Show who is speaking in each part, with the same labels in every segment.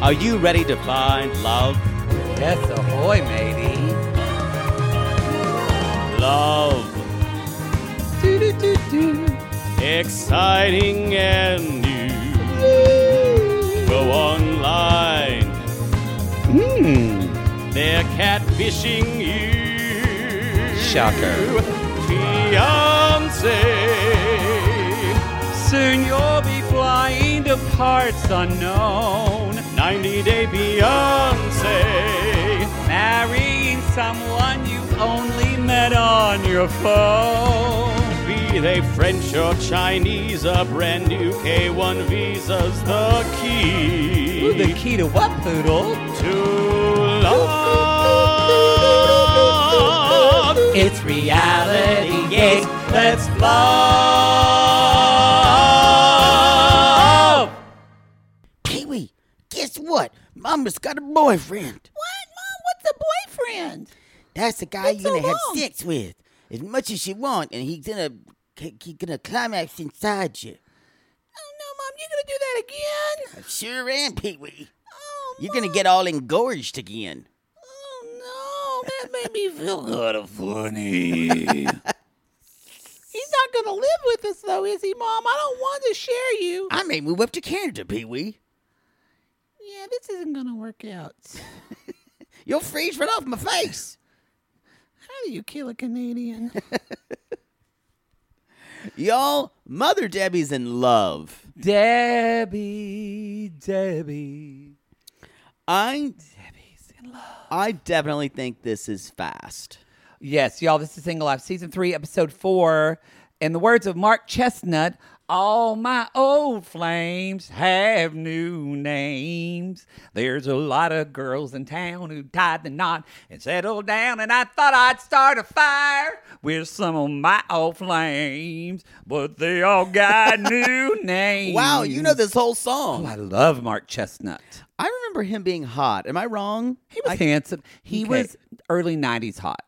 Speaker 1: Are you ready to find love?
Speaker 2: Yes, ahoy, matey.
Speaker 1: Love. Exciting and new. Go online.
Speaker 2: Hmm.
Speaker 1: They're catfishing you.
Speaker 2: Shocker.
Speaker 1: Fiance.
Speaker 2: Soon you'll be flying to parts unknown,
Speaker 1: 90 Day Beyonce.
Speaker 2: marrying someone you only met on your phone.
Speaker 1: Be they French or Chinese, a brand new K1 visa's the key
Speaker 2: Ooh, the key to what, Poodle?
Speaker 1: to love.
Speaker 2: It's reality, yes, let's
Speaker 1: love.
Speaker 3: Kiwi, guess what? Mama's got a boyfriend. What, Mom? What's a boyfriend? That's the guy you're gonna have sex with, as much as you want, and he's gonna he- he gonna climax inside you. Oh no, Mom! You're gonna do that again? I sure am, Pee Wee. Oh, you're gonna get all engorged again. Oh no, that made me feel good.
Speaker 4: funny.
Speaker 3: He's not gonna live with us though, is he, Mom? I don't want to share you. I may move up to Canada, Pee Wee.
Speaker 4: yeah, this isn't gonna work out.
Speaker 3: You'll freeze right off my face.
Speaker 4: How do you kill a Canadian?
Speaker 3: Y'all, Mother Debbie's in love.
Speaker 2: Debbie, Debbie.
Speaker 3: I I definitely think this is fast.
Speaker 2: Yes, y'all, this is Single Life Season 3, Episode 4. In the words of Mark Chestnut, all my old flames have new names. There's a lot of girls in town who tied the knot and settled down, and I thought I'd start a fire with some of my old flames, but they all got new names.
Speaker 3: Wow, you know this whole
Speaker 2: Oh, I
Speaker 3: song.
Speaker 2: love Mark Chestnut.
Speaker 3: I remember him being hot. Am I wrong?
Speaker 2: He was
Speaker 3: I-
Speaker 2: handsome. He
Speaker 3: Okay.
Speaker 2: was early 90s hot.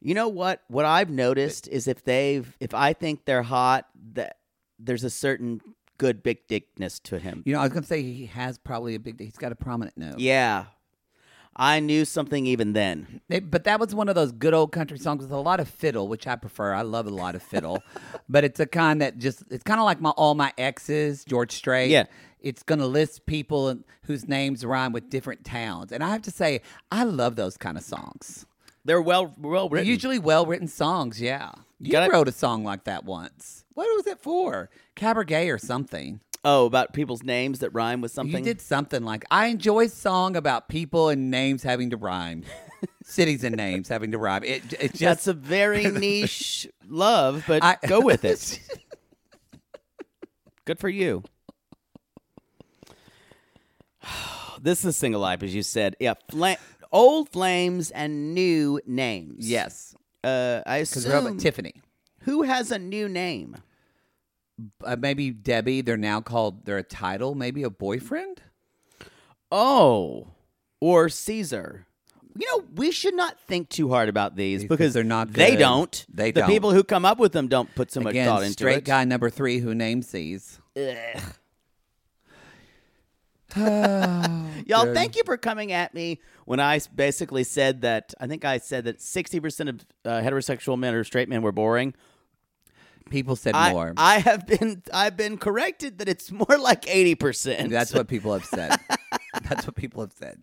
Speaker 3: You know what? What I've noticed is if they've if I think they're hot, that there's a certain good big dickness to him.
Speaker 2: You know, I was gonna say he has probably a big. He's got a prominent nose.
Speaker 3: Yeah. I knew something even then.
Speaker 2: They- but that was one of those good old country songs with a lot of fiddle, which I prefer. I love a lot of fiddle, but it's a kind that just it's kind of like my all my exes, George Strait.
Speaker 3: Yeah.
Speaker 2: It's going to list people and- whose names rhyme with different towns. And I have to say, I love those kind of songs.
Speaker 3: They're well well
Speaker 2: They're
Speaker 3: written.
Speaker 2: Usually well written songs, yeah. You
Speaker 3: gotta-
Speaker 2: wrote a song like that once. What was it for? Cabaret or something.
Speaker 3: oh, about people's names that rhyme with something.
Speaker 2: You did something like I enjoy a song about people and names having to rhyme, cities and names having to rhyme. It it
Speaker 3: That's
Speaker 2: just
Speaker 3: a very niche love, but
Speaker 2: I-
Speaker 3: go with it. Good for you. this is single life, as you said. Yeah, fla- old flames and new names.
Speaker 2: yes
Speaker 3: Uh, I
Speaker 2: because we're up
Speaker 3: assume
Speaker 2: at Tiffany.
Speaker 3: who has a new name?
Speaker 2: Uh, maybe Debbie. They're now called. They're a title. Maybe a boyfriend.
Speaker 3: Oh, or Caesar. You know, we should not think too hard about these
Speaker 2: Because
Speaker 3: because
Speaker 2: they're not
Speaker 3: They
Speaker 2: good.
Speaker 3: don't.
Speaker 2: They
Speaker 3: the
Speaker 2: don't.
Speaker 3: people who come up with them don't put so much thought
Speaker 2: Again,
Speaker 3: into
Speaker 2: straight
Speaker 3: it.
Speaker 2: guy number three who names these.
Speaker 3: Y'all, thank you for coming at me when I s- basically said that. I think I said that 60% of uh, heterosexual men or straight men were boring.
Speaker 2: People said
Speaker 3: I,
Speaker 2: more.
Speaker 3: I have been I've been corrected that it's more like 80%.
Speaker 2: That's what people have said. That's what people have said.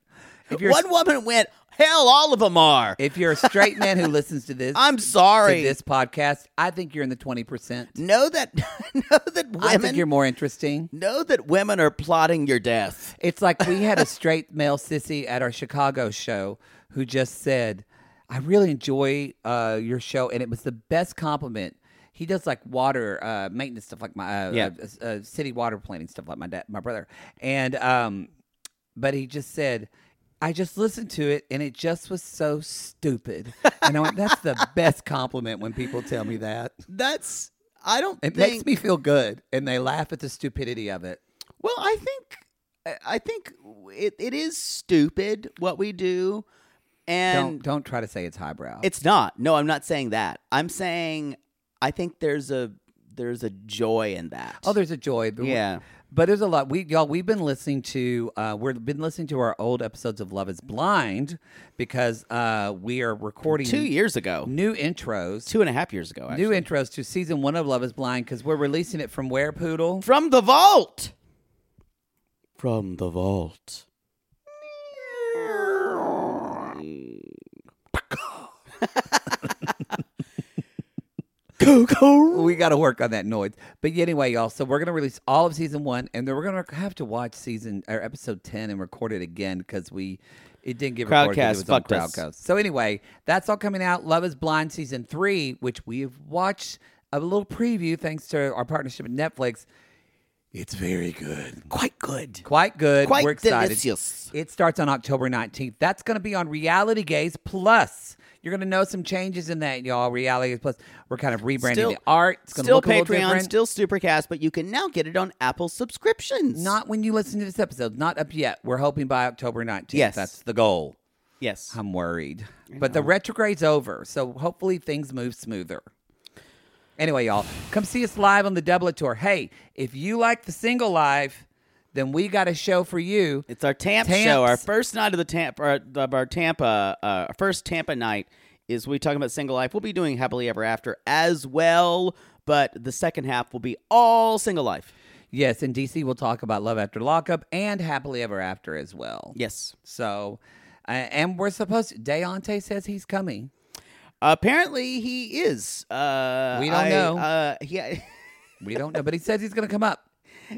Speaker 2: If you're-
Speaker 1: One woman went, hell, all of them are.
Speaker 2: If you're a straight man who listens to this,
Speaker 1: I'm sorry.
Speaker 2: to this podcast, I think you're in the twenty percent.
Speaker 1: know that, know that women.
Speaker 2: I think you're more interesting.
Speaker 1: Know that women are plotting your death.
Speaker 2: It's like we had a straight male sissy at our Chicago show who just said, "I really enjoy uh, your show," and it was the best compliment. He does like water uh, maintenance stuff, like my uh,
Speaker 1: Yeah.
Speaker 2: uh, uh, city water planning stuff, like my dad, my brother, and um, but he just said. I just listened to it and it just was so stupid. And I went, that's the best compliment when people tell me that.
Speaker 1: That's I don't
Speaker 2: It
Speaker 1: think
Speaker 2: makes me feel good. And they laugh at the stupidity of it.
Speaker 1: Well, I think I- I think it, it is stupid what we do, and
Speaker 2: don't don't try to say it's highbrow.
Speaker 1: it's not. No, I'm not saying that. I'm saying I think there's a there's a joy in that.
Speaker 2: Oh, there's a joy. But we-
Speaker 1: Yeah.
Speaker 2: but there's a lot. We y'all, we've been listening to uh, we've been listening to our old episodes of Love Is Blind because uh, we are recording
Speaker 1: two years ago,
Speaker 2: new intros,
Speaker 1: two and a half years ago, actually.
Speaker 2: new intros to season one of Love Is Blind because we're releasing it from where poodle.
Speaker 1: from the vault. From the vault. Coco.
Speaker 2: we got to work on that noise. But yeah, anyway, y'all, so we're going to release all of season one, and then we're going to have to watch season or episode 10 and record it again because we. It didn't get recorded 'cause
Speaker 1: Crowdcast
Speaker 2: it was on
Speaker 1: fucked us.
Speaker 2: Crowdcast. So anyway, that's all coming out. Love is Blind season three, which we have watched a little preview thanks to our partnership with Netflix.
Speaker 5: It's very good.
Speaker 1: Quite good.
Speaker 2: Quite good.
Speaker 1: Quite
Speaker 2: We're excited.
Speaker 1: delicious.
Speaker 2: It starts on October 19th. That's going to be on Reality Gaze Plus. You're going to know some changes in that, y'all. Reality Gaze Plus. We're kind of rebranding
Speaker 1: Still-
Speaker 2: the art. It's going to
Speaker 1: Still
Speaker 2: look a little
Speaker 1: Patreon,
Speaker 2: different.
Speaker 1: still Supercast, but you can now get it on Apple subscriptions.
Speaker 2: Not when you listen to this episode. Not up yet. We're hoping by October 19th.
Speaker 1: Yes.
Speaker 2: That's the goal.
Speaker 1: yes.
Speaker 2: I'm worried. But the retrograde's over, so hopefully things move smoother. Anyway, y'all, come see us live on the Doublet Tour. Hey, if you like the single live, then we got a show for you.
Speaker 1: It's our Tampa
Speaker 2: Tamps.
Speaker 1: show. Our first night of the Tampa, of our Tampa, uh, our first Tampa night is we talking about single life. We'll be doing happily ever after as well, but the second half will be all single life.
Speaker 2: Yes, in DC, we'll talk about Love After Lockup and Happily Ever After as well.
Speaker 1: Yes.
Speaker 2: So, uh, and we're supposed to, Deontay says he's coming.
Speaker 1: Apparently he is. Uh,
Speaker 2: We don't
Speaker 1: I-
Speaker 2: know.
Speaker 1: Uh, he,
Speaker 2: We don't know, but he says he's going to come up.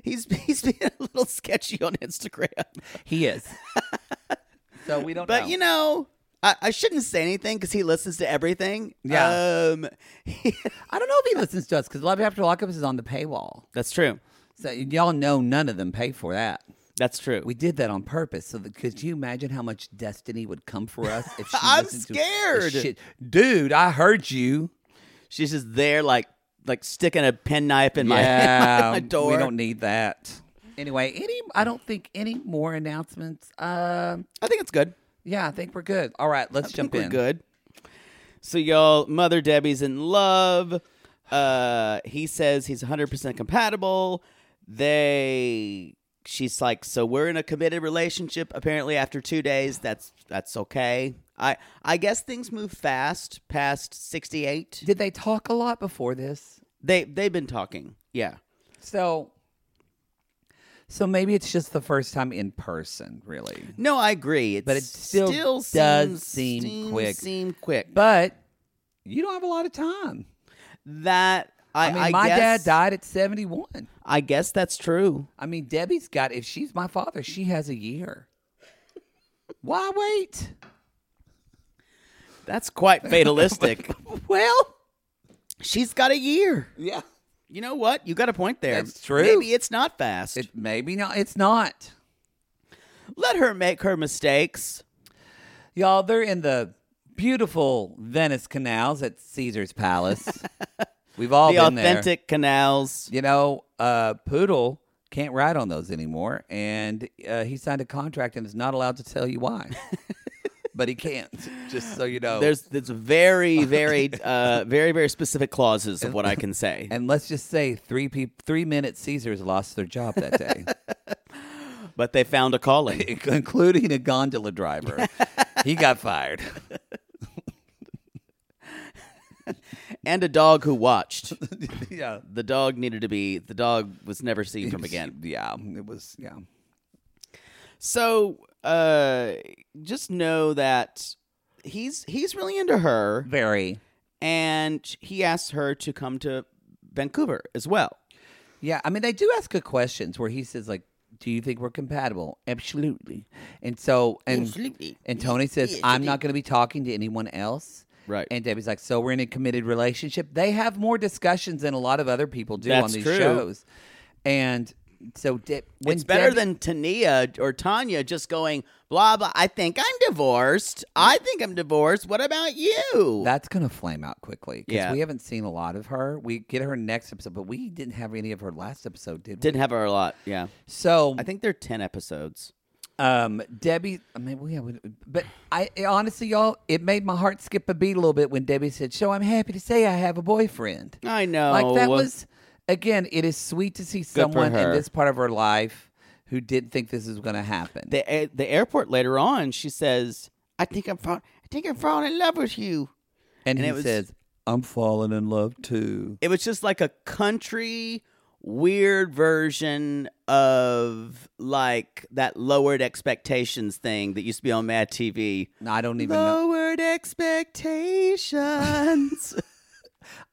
Speaker 1: he's he's been a little sketchy on Instagram,
Speaker 2: He is. so we don't
Speaker 1: but
Speaker 2: know.
Speaker 1: you know. I, I shouldn't say anything because he listens to everything.
Speaker 2: Yeah.
Speaker 1: um,
Speaker 2: I don't know if he listens to us because Love After Lockup is on the paywall.
Speaker 1: that's true.
Speaker 2: So y'all know none of them pay for that.
Speaker 1: That's true.
Speaker 2: We did that on purpose. So that, could you imagine how much destiny would come for us if she
Speaker 1: I'm
Speaker 2: listened to the
Speaker 1: scared.
Speaker 2: shit? Dude, I heard you.
Speaker 1: She's just there, like like sticking a penknife in my- my, door.
Speaker 2: Um, We don't need that. Anyway, any I don't think any more announcements. Um,
Speaker 1: I think it's good.
Speaker 2: yeah, I think we're good. All right, let's jump
Speaker 1: I think
Speaker 2: in.
Speaker 1: We're good. So y'all, Mother Debbie's in love. Uh, he says he's 100% compatible. They, she's like, so we're in a committed relationship. Apparently, after two days, that's that's okay. I I guess things move fast past 68.
Speaker 2: Did they talk a lot before this?
Speaker 1: They they've been talking. Yeah.
Speaker 2: So, so maybe it's just the first time in person, really.
Speaker 1: No, I agree. It's
Speaker 2: But it still does seem quick.
Speaker 1: Seem quick.
Speaker 2: But you don't have a lot of time.
Speaker 1: That I,
Speaker 2: I mean,
Speaker 1: I
Speaker 2: my
Speaker 1: guess,
Speaker 2: dad died at 71.
Speaker 1: I guess that's true.
Speaker 2: I mean, Debbie's got, if she's my father, she has a year. Why wait?
Speaker 1: That's quite fatalistic.
Speaker 2: Well,
Speaker 1: She's got a year.
Speaker 2: yeah.
Speaker 1: You know what? You got a point there.
Speaker 2: That's true.
Speaker 1: Maybe it's not fast.
Speaker 2: It, maybe not. It's not.
Speaker 1: Let her make her mistakes.
Speaker 2: Y'all, they're in the beautiful Venice canals at Caesar's Palace. We've all
Speaker 1: the
Speaker 2: been there.
Speaker 1: authentic canals.
Speaker 2: You know, uh, Poodle can't ride on those anymore. And uh, he signed a contract and is not allowed to tell you why. but he can't, just so you know.
Speaker 1: There's there's very very uh very very specific clauses of what I can say.
Speaker 2: And let's just say three peop three men at Caesars lost their job that day,
Speaker 1: But they found a calling.
Speaker 2: including a gondola driver. he got fired.
Speaker 1: and a dog who watched.
Speaker 2: yeah.
Speaker 1: The dog needed to be the dog was never seen from again.
Speaker 2: Yeah. It was yeah.
Speaker 1: So uh, just know that he's he's really into her,
Speaker 2: Very.
Speaker 1: and he asked her to come to Vancouver as well.
Speaker 2: Yeah, I mean, they do ask good questions where he says like, "Do you think we're compatible?" Absolutely. And so, and
Speaker 6: Absolutely.
Speaker 2: and Tony says,
Speaker 6: Yes,
Speaker 2: "I'm
Speaker 6: it
Speaker 2: not going to be talking to anyone else."
Speaker 1: Right.
Speaker 2: And Debbie's like, "So we're in a committed relationship." They have more discussions than a lot of other people do on
Speaker 1: That's
Speaker 2: these
Speaker 1: true.
Speaker 2: shows, and so De- when
Speaker 1: it's better
Speaker 2: Debbie-
Speaker 1: than Tania or Tanya just going blah blah. I think I'm divorced. I think I'm divorced. What about you?
Speaker 2: That's gonna flame out quickly because
Speaker 1: Yeah.
Speaker 2: we haven't seen a lot of her. We get her next episode, but we didn't have any of her last episode, did we?
Speaker 1: Didn't have her a lot. Yeah,
Speaker 2: so
Speaker 1: I think there are ten episodes.
Speaker 2: um, Debbie. I mean, we, we but I honestly, y'all, it made my heart skip a beat a little bit when Debbie said, "So I'm happy to say I have a boyfriend."
Speaker 1: I know.
Speaker 2: Like that was again. It is sweet to see
Speaker 1: for
Speaker 2: someone in
Speaker 1: her.
Speaker 2: this part of her life who didn't think this was gonna happen.
Speaker 1: the a- the airport later on. She says, "I think I'm fall- I think I'm falling in love with you."
Speaker 2: and,
Speaker 1: and
Speaker 2: he
Speaker 1: it was-
Speaker 2: says, "I'm falling in love too."
Speaker 1: It was just like a country weird version of like that lowered expectations thing that used to be on Mad TV.
Speaker 2: No, I don't even know.
Speaker 1: Lowered expectations.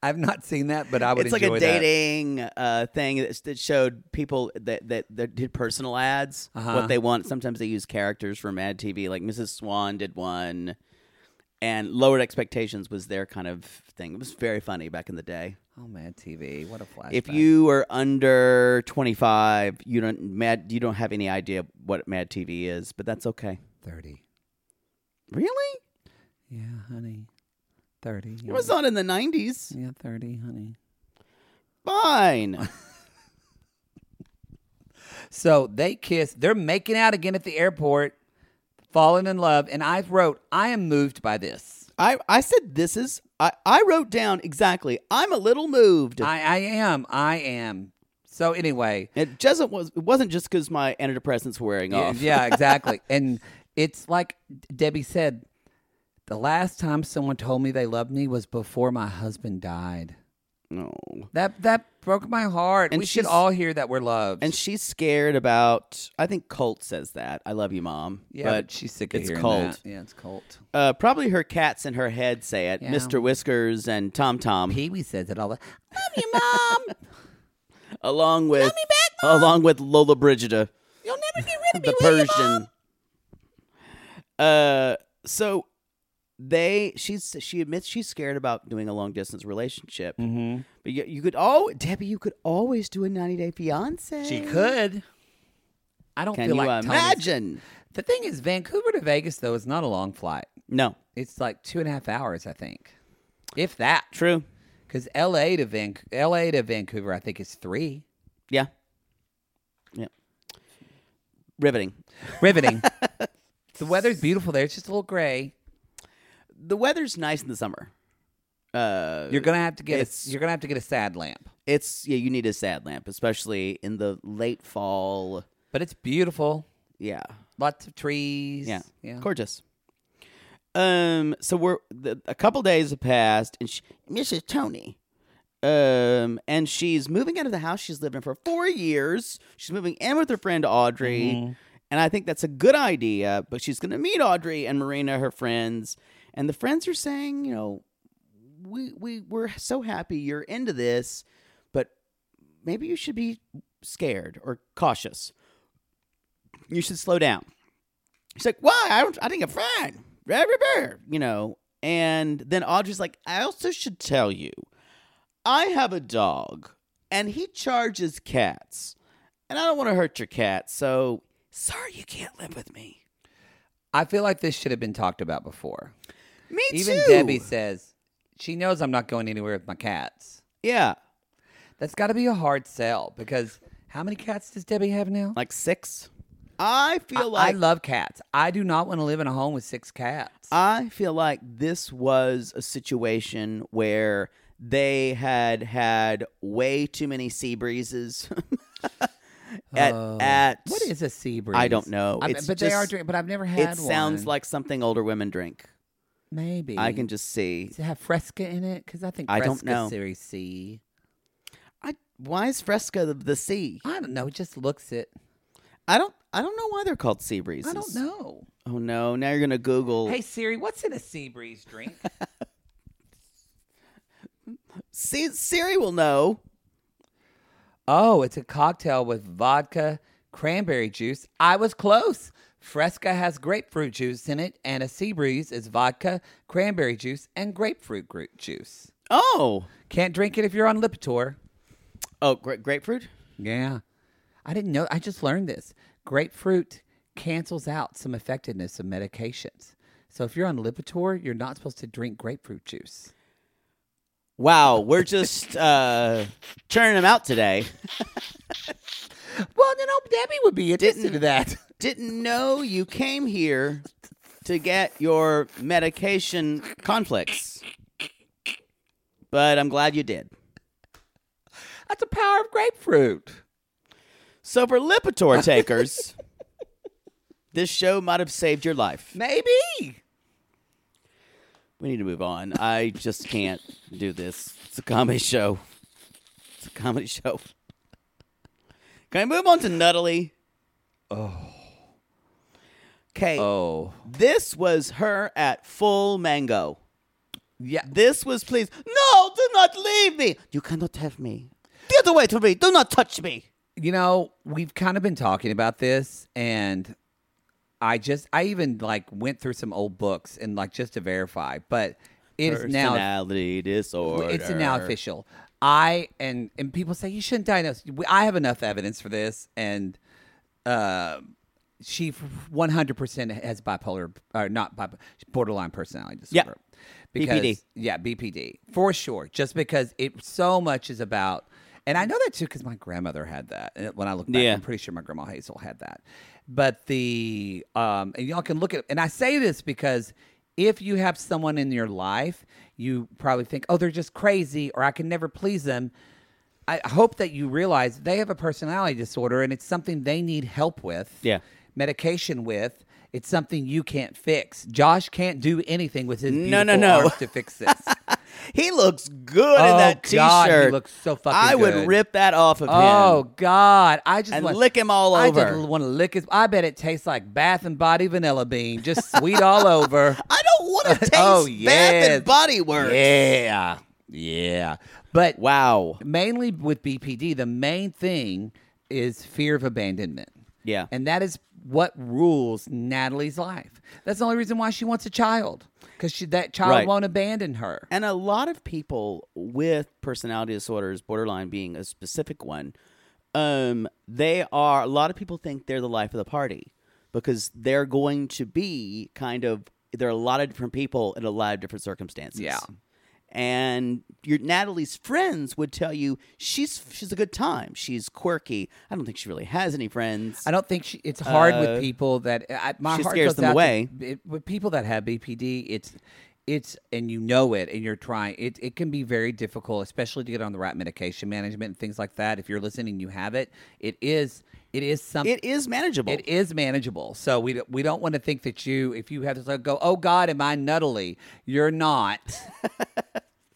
Speaker 2: I've not seen that, but I would.
Speaker 1: it's like
Speaker 2: enjoy
Speaker 1: a
Speaker 2: that.
Speaker 1: dating uh, thing that, that showed people that, that that did personal ads
Speaker 2: Uh-huh.
Speaker 1: what they want. Sometimes they use characters from ad TV, like Mrs. Swan did one, and Lowered Expectations was their kind of thing. It was very funny back in the day.
Speaker 2: Oh man, TV! What a flashback!
Speaker 1: If you are under twenty five, you don't mad you don't have any idea what Mad TV is, but that's okay.
Speaker 2: thirty,
Speaker 1: Really,
Speaker 2: yeah, honey, thirty.
Speaker 1: it was on in the nineties.
Speaker 2: yeah, thirty, honey.
Speaker 1: Fine.
Speaker 2: So they kiss. They're making out again at the airport, falling in love. And I wrote, "I am moved by this.
Speaker 1: I, I said this is I, I wrote down exactly. I'm a little moved.
Speaker 2: I, I am. I am." So anyway,
Speaker 1: It doesn't was it wasn't just because my antidepressants were wearing
Speaker 2: Yeah,
Speaker 1: off.
Speaker 2: yeah, exactly. and it's like Debbie said, the last time someone told me they loved me was before my husband died.
Speaker 1: No.
Speaker 2: That that broke my heart.
Speaker 1: And
Speaker 2: we should
Speaker 1: she's-
Speaker 2: all hear that we're loved.
Speaker 1: And she's scared about. I think Colt says that. I love you, mom.
Speaker 2: yeah, but, she's sick of
Speaker 1: it's
Speaker 2: hearing
Speaker 1: cold.
Speaker 2: that. Yeah, it's cold.
Speaker 1: Uh, probably her cats in her head say it.
Speaker 2: Yeah.
Speaker 1: Mr. Whiskers and Tom Tom,
Speaker 2: Pee Wee says it all. the Love you, mom.
Speaker 1: along with along with Lola Brigida,
Speaker 2: You'll never get rid of me.
Speaker 1: the Persian. Uh, so they she's she admits she's scared about doing a long distance relationship. Mm-hmm. But you, you could all Debbie, you could always do a ninety day fiance.
Speaker 2: She could. I don't
Speaker 1: Can
Speaker 2: feel
Speaker 1: you
Speaker 2: like Tony's-
Speaker 1: imagine?
Speaker 2: The thing is, Vancouver to Vegas though is not a long flight.
Speaker 1: No,
Speaker 2: It's like two and a half hours, I think, if that.
Speaker 1: true.
Speaker 2: Because L.A. to Van- L.A. to Vancouver, I think is three.
Speaker 1: Yeah. Yeah. Riveting.
Speaker 2: Riveting. the weather's beautiful there. It's just a little gray.
Speaker 1: The weather's nice in the summer. Uh,
Speaker 2: You're gonna have to get
Speaker 1: It's-
Speaker 2: a, you're gonna have to get a sad lamp,
Speaker 1: it's yeah. You need a sad lamp, especially in the late fall.
Speaker 2: but it's beautiful.
Speaker 1: Yeah,
Speaker 2: Lots of trees.
Speaker 1: yeah,
Speaker 2: yeah.
Speaker 1: gorgeous. Um, so we're the, a couple days have passed, and she, Mrs. Tony, um, and she's moving out of the house she's lived in for four years. She's moving in with her friend Audrey, and I think that's a good idea. But she's going to meet Audrey and Marina, her friends, and the friends are saying, you know, we we we're so happy you're into this, but maybe you should be scared or cautious. You should slow down. She's like, why? I don't. I think I'm fine. Blah, blah, blah," You know. And then Audrey's like, I also should tell you, I have a dog, and he charges cats, and I don't want to hurt your cat, so sorry you can't live with me.
Speaker 2: I feel like this should have been talked about before.
Speaker 1: Me
Speaker 2: Even
Speaker 1: too.
Speaker 2: Debbie says she knows I'm not going anywhere with my cats.
Speaker 1: Yeah,
Speaker 2: That's got to be a hard sell because how many cats does Debbie have now?
Speaker 1: like six. I feel
Speaker 2: I,
Speaker 1: like
Speaker 2: I love cats. I do not want to live in a home with six cats.
Speaker 1: I feel like this was a situation where they had had way too many sea breezes at at
Speaker 2: Oh. what is a sea breeze?
Speaker 1: I don't know.
Speaker 2: I-
Speaker 1: It's
Speaker 2: but they are
Speaker 1: just-
Speaker 2: drink. But I've never had.
Speaker 1: it sounds
Speaker 2: one.
Speaker 1: like something older women drink.
Speaker 2: maybe
Speaker 1: I can just see.
Speaker 2: Does it have Fresca in it? Because I think
Speaker 1: I don't
Speaker 2: Fresca
Speaker 1: know.
Speaker 2: Series C.
Speaker 1: I why is Fresca the, the sea?
Speaker 2: I don't know. It just looks it.
Speaker 1: I don't. I don't know why they're called sea breezes.
Speaker 2: I don't know.
Speaker 1: Oh no! Now you're gonna Google
Speaker 2: Hey Siri, what's in a sea breeze drink?
Speaker 1: See, Siri will know.
Speaker 2: Oh, it's a cocktail with vodka, cranberry juice. I was close. Fresca has grapefruit juice in it, and a sea breeze is vodka, cranberry juice, and grapefruit gru- juice.
Speaker 1: Oh,
Speaker 2: Can't drink it if you're on Lipitor.
Speaker 1: oh, gra- grapefruit.
Speaker 2: Yeah. I didn't know. I just learned this. Grapefruit cancels out some effectiveness of medications. So if you're on Lipitor, you're not supposed to drink grapefruit juice.
Speaker 1: Wow, we're just uh churning them out today.
Speaker 2: Well, you know, Debbie would be interested in that.
Speaker 1: Didn't know you came here to get your medication conflicts, but I'm glad you did.
Speaker 2: That's the power of grapefruit.
Speaker 1: So for Lipitor takers, this show might have saved your life.
Speaker 2: Maybe.
Speaker 1: We need to move on. I just can't do this. It's a comedy show. It's a comedy show. Can I move on to Nuttily? Oh. Okay.
Speaker 2: Oh.
Speaker 1: This was her at full mango.
Speaker 2: Yeah.
Speaker 1: This was please. No, do not leave me. You cannot have me. Get away from me. Do not touch me.
Speaker 2: you know we've kind of been talking about this and i just i even like went through some old books and like just to verify but it is now
Speaker 1: personality disorder.
Speaker 2: it's now official i and and people say you shouldn't diagnose We- i have enough evidence for this and uh she 100% has bipolar or not bipolar borderline personality
Speaker 1: Yeah.
Speaker 2: disorder because
Speaker 1: BPD.
Speaker 2: yeah bpd for sure just because it so much is about and i know that too because my grandmother had that And when i look back
Speaker 1: Yeah.
Speaker 2: i'm pretty sure my grandma hazel had that but the um and y'all can look at and i say this because if you have someone in your life you probably think oh they're just crazy or i can never please them i hope that you realize they have a personality disorder and it's something they need help with
Speaker 1: Yeah.
Speaker 2: medication with it's something you can't fix. Josh can't do anything with his
Speaker 1: No,
Speaker 2: beautiful
Speaker 1: no, no.
Speaker 2: arms to fix this.
Speaker 1: He looks good in
Speaker 2: Oh,
Speaker 1: that
Speaker 2: God,
Speaker 1: t-shirt.
Speaker 2: he looks so fucking
Speaker 1: I would
Speaker 2: good.
Speaker 1: rip that off of him.
Speaker 2: Oh God! I just
Speaker 1: And
Speaker 2: want,
Speaker 1: lick him all
Speaker 2: I
Speaker 1: over.
Speaker 2: just want to lick his. I bet it tastes like Bath and Body vanilla bean, just sweet all over.
Speaker 1: I don't want to taste
Speaker 2: oh
Speaker 1: Bath
Speaker 2: yeah,
Speaker 1: and Body Works.
Speaker 2: Yeah, yeah. But
Speaker 1: Wow.
Speaker 2: mainly with BPD, the main thing is fear of abandonment.
Speaker 1: Yeah.
Speaker 2: and that is what rules Natalie's life. That's the only reason why she wants a child, because that child
Speaker 1: Right.
Speaker 2: won't abandon her.
Speaker 1: And a lot of people with personality disorders, borderline being a specific one, um, they are a lot of people think they're the life of the party because they're going to be kind of there are a lot of different people in a lot of different circumstances.
Speaker 2: Yeah.
Speaker 1: And your Natalie's friends would tell you she's she's a good time. She's quirky. I don't think she really has any friends.
Speaker 2: I don't think she, it's hard
Speaker 1: Uh,
Speaker 2: with people that I, my
Speaker 1: she
Speaker 2: heart
Speaker 1: scares
Speaker 2: goes
Speaker 1: them
Speaker 2: out to-
Speaker 1: away.
Speaker 2: it- with people that have BPD, it's it's and you know it, and you're trying. It it can be very difficult, especially to get on the right medication management and things like that. If you're listening, you have it. It is it is something.
Speaker 1: It is manageable.
Speaker 2: It is manageable. So we don't- we don't want to think that you, if you have this, like, go, oh God, am I nuttily? You're not.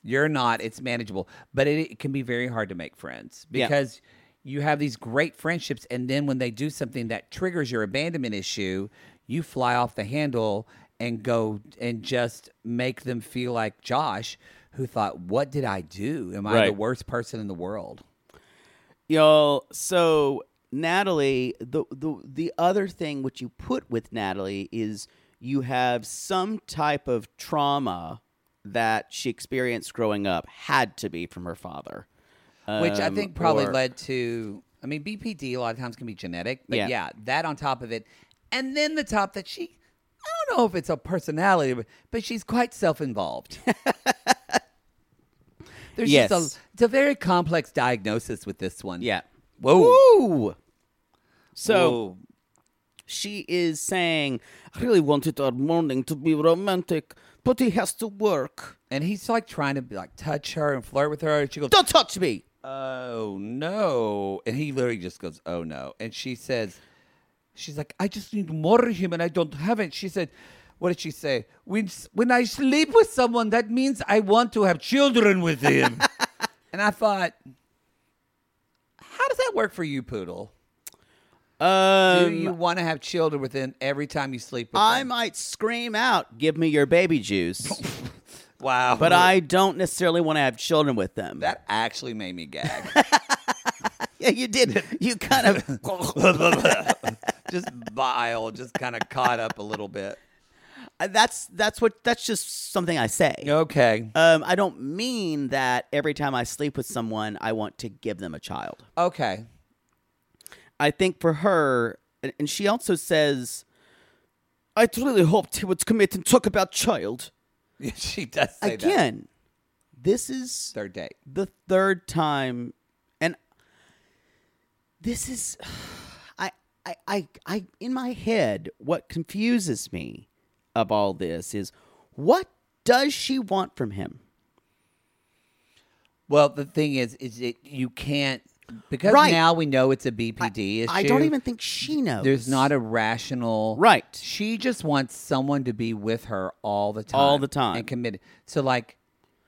Speaker 2: You're not. It's manageable, but it, it can be very hard to make friends
Speaker 1: Yeah.
Speaker 2: because you have these great friendships, and then when they do something that triggers your abandonment issue, you fly off the handle and go and just make them feel like Josh, who thought, "What did I do? Am I the
Speaker 1: Right.
Speaker 2: worst person in the world?"
Speaker 1: Y'all, so Natalie, the, the the other thing which you put with Natalie is you have some type of trauma that she experienced growing up had to be from her father.
Speaker 2: which I
Speaker 1: Um,
Speaker 2: think probably
Speaker 1: or-
Speaker 2: led to. I mean, BPD a lot of times can be genetic, but
Speaker 1: Yeah.
Speaker 2: yeah. that on top of it, and then the top that she. I don't know if it's a personality, but- but she's quite self-involved. There's
Speaker 1: Yes.
Speaker 2: just a, it's a very complex diagnosis with this one.
Speaker 1: Yeah.
Speaker 2: Whoa.
Speaker 1: Woo! So
Speaker 2: Whoa.
Speaker 1: she is saying, I really wanted our morning to be romantic, but he has to work.
Speaker 2: and he's like trying to like touch her and flirt with her, and she goes,
Speaker 1: Don't touch me!
Speaker 2: "Oh no!" And he literally just goes, "Oh no!" And she says, "She's like, I just need more him, and I don't have it." She said, "What did she say? When when I sleep with someone, that means I want to have children with him." and I thought, how does that work for you, poodle?
Speaker 1: Um,
Speaker 2: Do you want to have children with him every time you sleep with
Speaker 1: I
Speaker 2: them?
Speaker 1: might scream out, "Give me your baby juice,"
Speaker 2: Wow.
Speaker 1: but I don't necessarily want to have children with them.
Speaker 2: That actually made me gag.
Speaker 1: yeah, you did. You kind of.
Speaker 2: just bile, just kind of caught up a little bit.
Speaker 1: that's that's what that's just something I say.
Speaker 2: Okay.
Speaker 1: Um, I don't mean that every time I sleep with someone, I want to give them a child.
Speaker 2: Okay.
Speaker 1: I think for her, and- and she also says, I truly hoped he would commit and talk about child.
Speaker 2: she does say that.
Speaker 1: Again, this is
Speaker 2: Third date.
Speaker 1: the third time, and this is, I, I, I, I, in my head, what confuses me of all this is what does she want from him?
Speaker 2: Well, the thing is, is it you can't because
Speaker 1: Right.
Speaker 2: now we know it's a BPD issue.
Speaker 1: I don't even think she knows.
Speaker 2: there's not a rational
Speaker 1: Right.
Speaker 2: She just wants someone to be with her all the time,
Speaker 1: All the time.
Speaker 2: and committed. So like,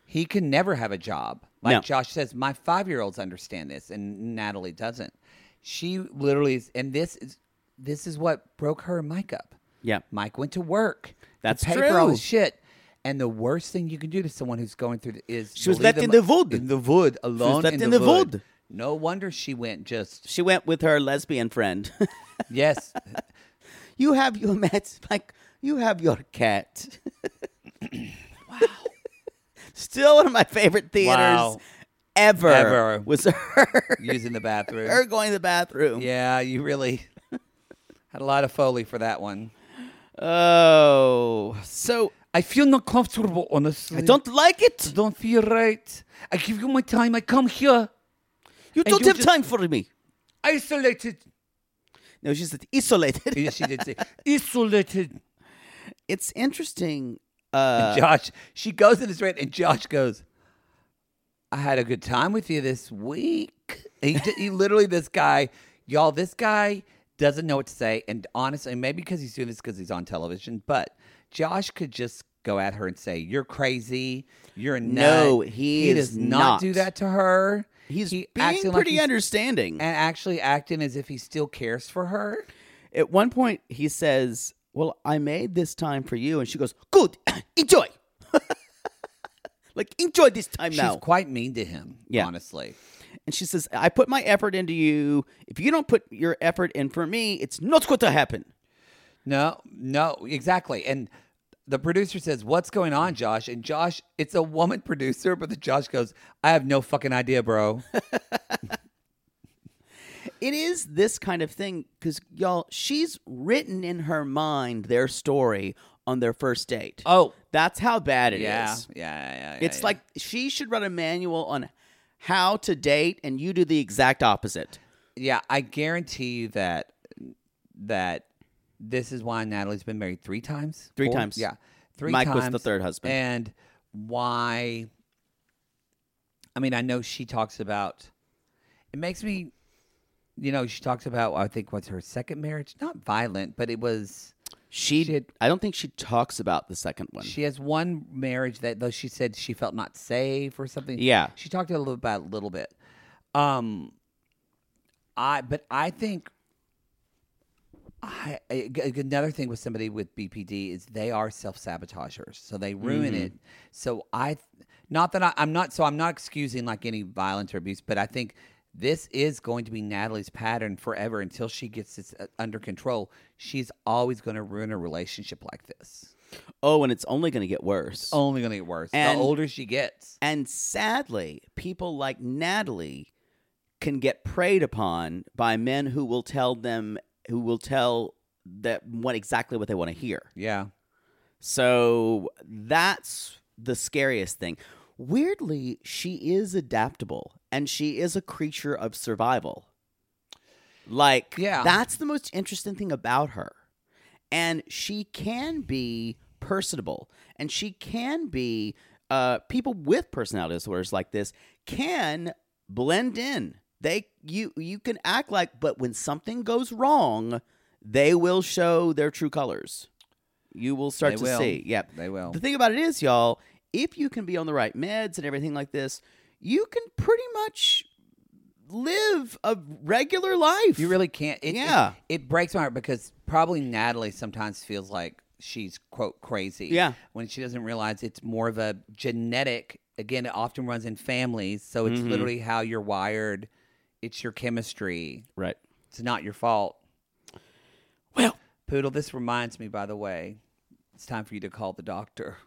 Speaker 2: he can never have a job. Like
Speaker 1: No.
Speaker 2: Josh says, my five year olds understand this, and Natalie doesn't. She literally is, and this is this is what broke her and Mike up.
Speaker 1: Yeah.
Speaker 2: Mike went to work.
Speaker 1: That's
Speaker 2: to pay for all
Speaker 1: true.
Speaker 2: this shit. And the worst thing you can do to someone who's going through the, is
Speaker 1: She was
Speaker 2: leave
Speaker 1: left
Speaker 2: them
Speaker 1: in the wood.
Speaker 2: In the wood, alone
Speaker 1: left
Speaker 2: in,
Speaker 1: in
Speaker 2: the,
Speaker 1: the
Speaker 2: wood.
Speaker 1: wood.
Speaker 2: No wonder she went just
Speaker 1: She went with her lesbian friend.
Speaker 2: yes.
Speaker 1: you have your mat, like you have your cat. wow. Still one of my favorite theaters
Speaker 2: Wow.
Speaker 1: ever,
Speaker 2: Ever.
Speaker 1: was her
Speaker 2: using the bathroom.
Speaker 1: her going to the bathroom.
Speaker 2: Yeah, you really had a lot of foley for that one.
Speaker 1: Oh, so
Speaker 2: I feel not comfortable, honestly.
Speaker 1: I don't like it.
Speaker 2: don't feel right. I give you my time. I come here
Speaker 1: You don't
Speaker 2: you
Speaker 1: have
Speaker 2: just-
Speaker 1: time for me.
Speaker 2: isolated.
Speaker 1: No, she's isolated.
Speaker 2: yes, she did say isolated.
Speaker 1: it's interesting. Uh,
Speaker 2: Josh, she goes in this rant, and Josh goes, "I had a good time with you this week." He, d- he literally, this guy, y'all, this guy doesn't know what to say, and honestly, maybe because he's doing this because he's on television, but Josh could just go at her and say, "You're crazy. You're a nut."
Speaker 1: No, he is
Speaker 2: does not,
Speaker 1: not.
Speaker 2: do that to her.
Speaker 1: he's
Speaker 2: He
Speaker 1: being
Speaker 2: acting
Speaker 1: pretty
Speaker 2: like he's-
Speaker 1: understanding.
Speaker 2: and actually acting as if he still cares for her.
Speaker 1: At one point, he says, "Well, I made this time for you," and she goes, "Good, enjoy." like enjoy this time now.
Speaker 2: She's quite mean to him,
Speaker 1: Yeah.
Speaker 2: honestly.
Speaker 1: and she says, "I put my effort into you. If you don't put your effort in for me, it's not going to happen."
Speaker 2: No, no, exactly. And the producer says, "What's going on, Josh?" And Josh, it's a woman producer, but the Josh goes, "I have no fucking idea, bro."
Speaker 1: It is this kind of thing because y'all, she's written in her mind their story on their first date.
Speaker 2: Oh.
Speaker 1: that's how bad it is.
Speaker 2: yeah, yeah, yeah, yeah.
Speaker 1: It's
Speaker 2: yeah.
Speaker 1: like she should run a manual on how to date, and you do the exact opposite.
Speaker 2: yeah. I guarantee you that that this is why Natalie's been married three times.
Speaker 1: Three times.
Speaker 2: Yeah, three.
Speaker 1: Mike was the
Speaker 2: times.
Speaker 1: third husband.
Speaker 2: and why? I mean, I know she talks about. It makes me, you know, she talks about. I think was her second marriage, not violent, but it was.
Speaker 1: She,
Speaker 2: She had-
Speaker 1: I don't think she talks about the second one.
Speaker 2: She has one marriage that though she said she felt not safe or something.
Speaker 1: Yeah.
Speaker 2: She talked a little about it a little bit. Um I but I think I, I- another thing with somebody with BPD is they are self sabotagers, so they ruin
Speaker 1: Mm-hmm.
Speaker 2: it. So I, not that I, I'm not, so I'm not excusing like any violence or abuse, but I think this is going to be Natalie's pattern forever until she gets this uh, under control. She's always going to ruin a relationship like this
Speaker 1: oh, and it's only going to get worse.
Speaker 2: only going to get worse
Speaker 1: And-
Speaker 2: the older she gets.
Speaker 1: And sadly, people like Natalie can get preyed upon by men who will tell them who will tell that what exactly what they want to hear.
Speaker 2: Yeah.
Speaker 1: So that's the scariest thing. Weirdly, she is adaptable and she is a creature of survival. Like
Speaker 2: Yeah.
Speaker 1: that's the most interesting thing about her. And she can be personable and she can be uh people with personality disorders like this can blend in. They you you can act like but when something goes wrong, they will show their true colors. You will start
Speaker 2: They
Speaker 1: to
Speaker 2: will.
Speaker 1: see. Yep.
Speaker 2: They will.
Speaker 1: The thing about it is, y'all, if you can be on the right meds and everything like this, you can pretty much live a regular life.
Speaker 2: You really can't. It, it-
Speaker 1: Yeah.
Speaker 2: It, breaks my heart because probably Natalie sometimes feels like she's, quote, crazy.
Speaker 1: Yeah.
Speaker 2: When she doesn't realize it's more of a genetic, again, it often runs in families. So it's literally how you're wired, it's your chemistry.
Speaker 1: right.
Speaker 2: It's not your fault.
Speaker 1: Well,
Speaker 2: Poodle, this reminds me, by the way, it's time for you to call the doctor.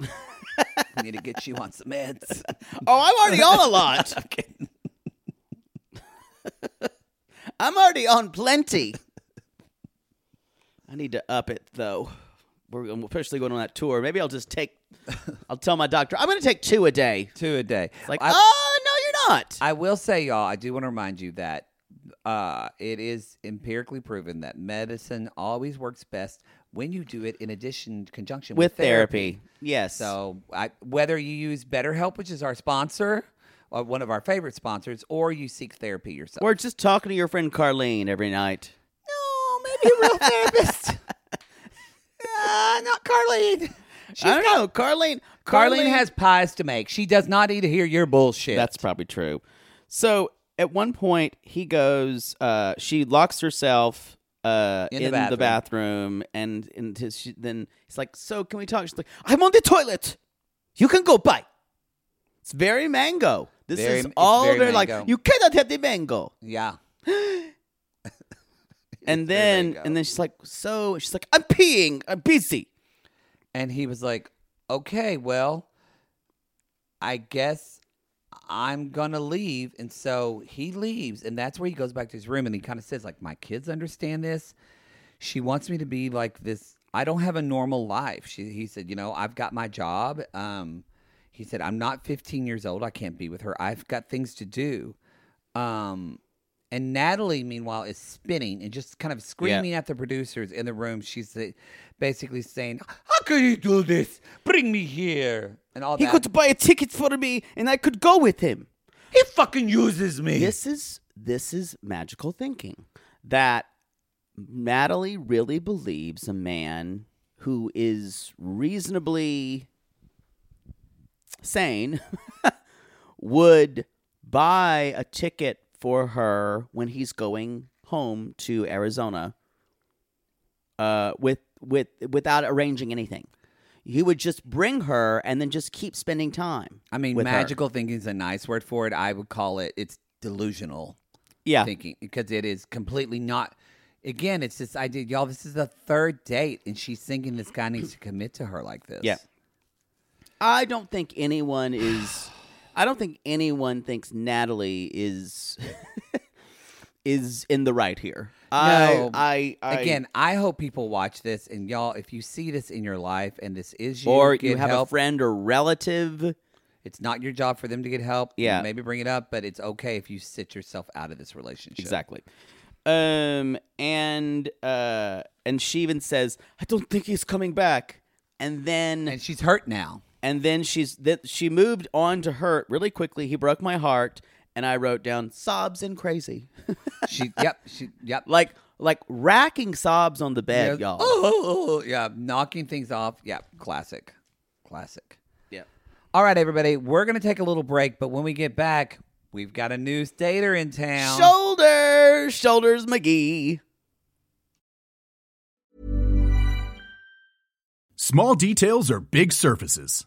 Speaker 2: we need to get you on some meds.
Speaker 1: oh, I'm already on a lot. I'm already on plenty. I need to up it though. We're officially going on that tour. Maybe I'll just take. I'll tell my doctor I'm going to take two a day.
Speaker 2: Two a day.
Speaker 1: Like,
Speaker 2: I-
Speaker 1: oh no, you're not.
Speaker 2: I will say, y'all, I do want to remind you that uh, it is empirically proven that medicine always works best when you do it in addition conjunction with,
Speaker 1: With therapy. Yes.
Speaker 2: So I, whether you use BetterHelp, which is our sponsor, or one of our favorite sponsors, or you seek therapy yourself.
Speaker 1: Or just talking to your friend Carlene every night.
Speaker 2: no, maybe a real therapist. Nah, not Carlene.
Speaker 1: I don't know. Carlene,
Speaker 2: Carlene, has pies to make. She does not need to hear your bullshit.
Speaker 1: That's probably true. So at one point, he goes. Uh, she locks herself uh,
Speaker 2: In the
Speaker 1: in, the bathroom, and, and his- she, then he's like, "So can we talk?" She's like, "I'm on the toilet. You can go by." It's very mango. This
Speaker 2: Very-
Speaker 1: is
Speaker 2: it's
Speaker 1: all
Speaker 2: very
Speaker 1: very, like
Speaker 2: mango.
Speaker 1: you cannot have the mango.
Speaker 2: yeah.
Speaker 1: And then and then she's like, "So she's like, I'm peeing. I'm busy."
Speaker 2: And he was like, okay, well, I guess I'm going to leave. And so he leaves. And that's where he goes back to his room and he kind of says, like, my kids understand this. She wants me to be like this. I don't have a normal life. She, he said, you know, I've got my job. Um, he said, I'm not 15 years old. I can't be with her. I've got things to do. Um, and Natalie, meanwhile, is spinning and just kind of screaming at the producers in the room. She's uh, basically saying, "How could you do this? Bring me here!" and all
Speaker 1: He
Speaker 2: that.
Speaker 1: could buy a ticket for me, and I could go with him.
Speaker 2: he fucking uses me.
Speaker 1: this is this is magical thinking that Natalie really believes a man who is reasonably sane would buy a ticket for her when he's going home to Arizona uh with with without arranging anything. He would just bring her and then just keep spending time.
Speaker 2: I mean,
Speaker 1: with her.
Speaker 2: magical thinking is a nice word for it. I would call it. It's delusional
Speaker 1: Yeah.
Speaker 2: thinking because it is completely not. Again, it's this idea, y'all. This is the third date, and she's thinking this guy needs to commit to her like this.
Speaker 1: Yeah. I don't think anyone is. I don't think anyone thinks Natalie is is in the right here.
Speaker 2: No.
Speaker 1: I, I, I
Speaker 2: Again, I hope people watch this, and y'all, if you see this in your life and this is you,
Speaker 1: or you
Speaker 2: get
Speaker 1: have
Speaker 2: help.
Speaker 1: a friend or relative.
Speaker 2: It's not your job for them to get help.
Speaker 1: Yeah.
Speaker 2: maybe bring it up, but it's okay if you sit yourself out of this relationship.
Speaker 1: Exactly. Um, and uh, and she even says, "I don't think he's coming back." And then
Speaker 2: And she's hurt now.
Speaker 1: and then she's that she moved on to hurt really quickly. He broke my heart, and I wrote down sobs and crazy.
Speaker 2: She, yep, she, yep.
Speaker 1: like like racking sobs on the bed,
Speaker 2: Yeah.
Speaker 1: y'all.
Speaker 2: Oh, oh, oh, oh, yeah, knocking things off. Yeah, classic, classic.
Speaker 1: Yeah.
Speaker 2: All right, everybody, we're gonna take a little break, but when we get back, we've got a new stater in town.
Speaker 1: Shoulders, shoulders, McGee.
Speaker 7: Small details are big surfaces.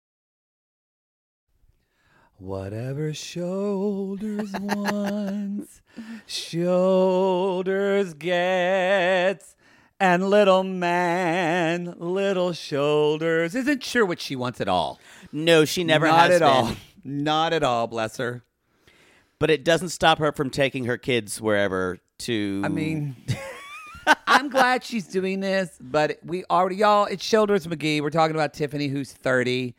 Speaker 4: Whatever shoulders once, shoulders gets.
Speaker 2: And little man, little shoulders, isn't sure what she wants at all.
Speaker 1: No, she never
Speaker 2: Not
Speaker 1: has
Speaker 2: at all.
Speaker 1: been.
Speaker 2: Not at all, bless her.
Speaker 1: But it doesn't stop her from taking her kids wherever to.
Speaker 2: I mean, I'm glad she's doing this, but we already, y'all, it's Shoulders McGee. We're talking about Tiffany, who's 30.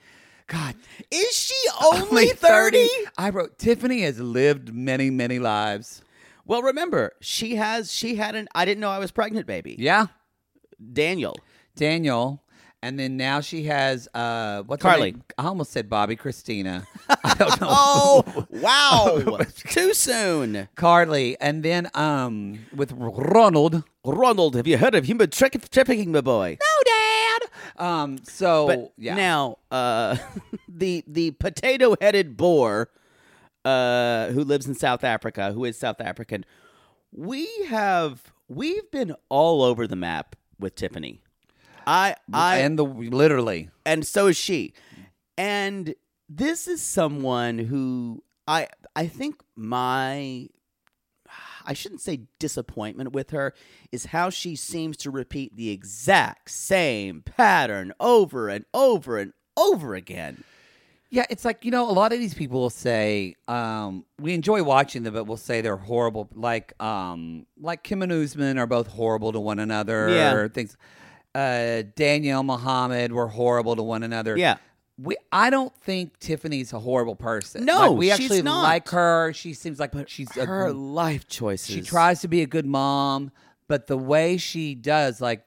Speaker 2: God,
Speaker 1: is she only 30?
Speaker 2: I wrote, Tiffany has lived many, many lives.
Speaker 1: Well, remember, she has. She had an. I didn't know I was pregnant, baby.
Speaker 2: Yeah,
Speaker 1: Daniel.
Speaker 2: Daniel. And then now she has, uh, what's her
Speaker 1: Carly.
Speaker 2: name? I almost said Bobby, Christina. I don't know.
Speaker 1: Oh wow! Too soon.
Speaker 2: Carly. And then um, with Ronald.
Speaker 1: Ronald, have you heard of human tra- trafficking, my boy?
Speaker 2: Oh, Dad. Um, so,
Speaker 1: but
Speaker 2: yeah.
Speaker 1: now uh, the the potato headed boar uh, who lives in South Africa, who is South African, we have we've been all over the map with Tiffany. I I
Speaker 2: and the literally.
Speaker 1: and so is she. And this is someone who I I think my I shouldn't say disappointment with her is how she seems to repeat the exact same pattern over and over and over again.
Speaker 2: Yeah, it's like, you know, a lot of these people will say, um, we enjoy watching them, but we'll say they're horrible. Like, um, like Kim and Usman are both horrible to one another.
Speaker 1: Yeah.
Speaker 2: Or things. Uh, Danielle Muhammad were horrible to one another.
Speaker 1: Yeah.
Speaker 2: We, I don't think Tiffany's a horrible person.
Speaker 1: No,
Speaker 2: Like, we
Speaker 1: she's
Speaker 2: actually
Speaker 1: not.
Speaker 2: like her. She seems like she's a
Speaker 1: Her
Speaker 2: gr-
Speaker 1: life choices.
Speaker 2: she tries to be a good mom, but the way she does, like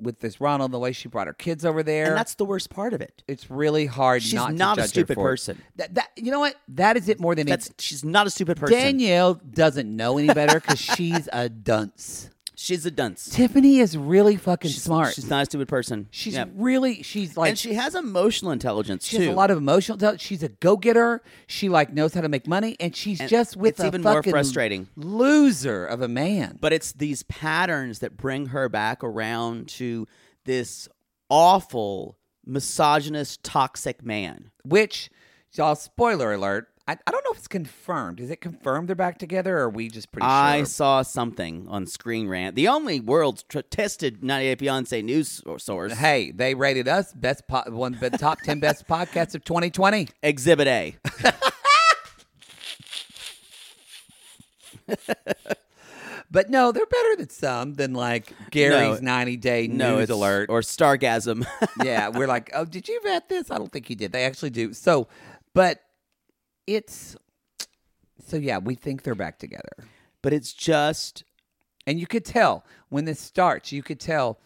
Speaker 2: with this Ronald, the way she brought her kids over there,
Speaker 1: and that's the worst part of it.
Speaker 2: it's really hard.
Speaker 1: She's
Speaker 2: not, to
Speaker 1: not a
Speaker 2: judge her
Speaker 1: stupid
Speaker 2: for it.
Speaker 1: person.
Speaker 2: That, that you know what? That is it more than
Speaker 1: That's
Speaker 2: anything.
Speaker 1: she's not a stupid person.
Speaker 2: Danielle doesn't know any better because she's a dunce.
Speaker 1: She's a dunce.
Speaker 2: Tiffany is really fucking smart.
Speaker 1: She's not a stupid person.
Speaker 2: She's
Speaker 1: Yeah.
Speaker 2: really she's like
Speaker 1: and she has emotional intelligence
Speaker 2: she
Speaker 1: too.
Speaker 2: has a lot of emotional. intelligence. she's a go getter. She like knows how to make money, and she's
Speaker 1: And
Speaker 2: just with
Speaker 1: it's
Speaker 2: a
Speaker 1: even more
Speaker 2: fucking
Speaker 1: frustrating.
Speaker 2: loser of a man.
Speaker 1: but it's these patterns that bring her back around to this awful misogynist toxic man
Speaker 2: which y'all spoiler alert I, I don't know if it's confirmed is it confirmed they're back together or are we just pretty
Speaker 1: i
Speaker 2: sure
Speaker 1: saw something on screen rant the only world's tr- tested 98 fiance news sor- source
Speaker 2: hey they rated us best po- one of the top 10 best podcasts of 2020
Speaker 1: exhibit a
Speaker 2: but no they're better than some than like gary's 90 day
Speaker 1: no
Speaker 2: news
Speaker 1: it's
Speaker 2: alert
Speaker 1: or stargasm
Speaker 2: yeah we're like oh did you vet this i don't think you did they actually do so but it's so yeah we think they're back together
Speaker 1: but it's just
Speaker 2: and you could tell when this starts you could tell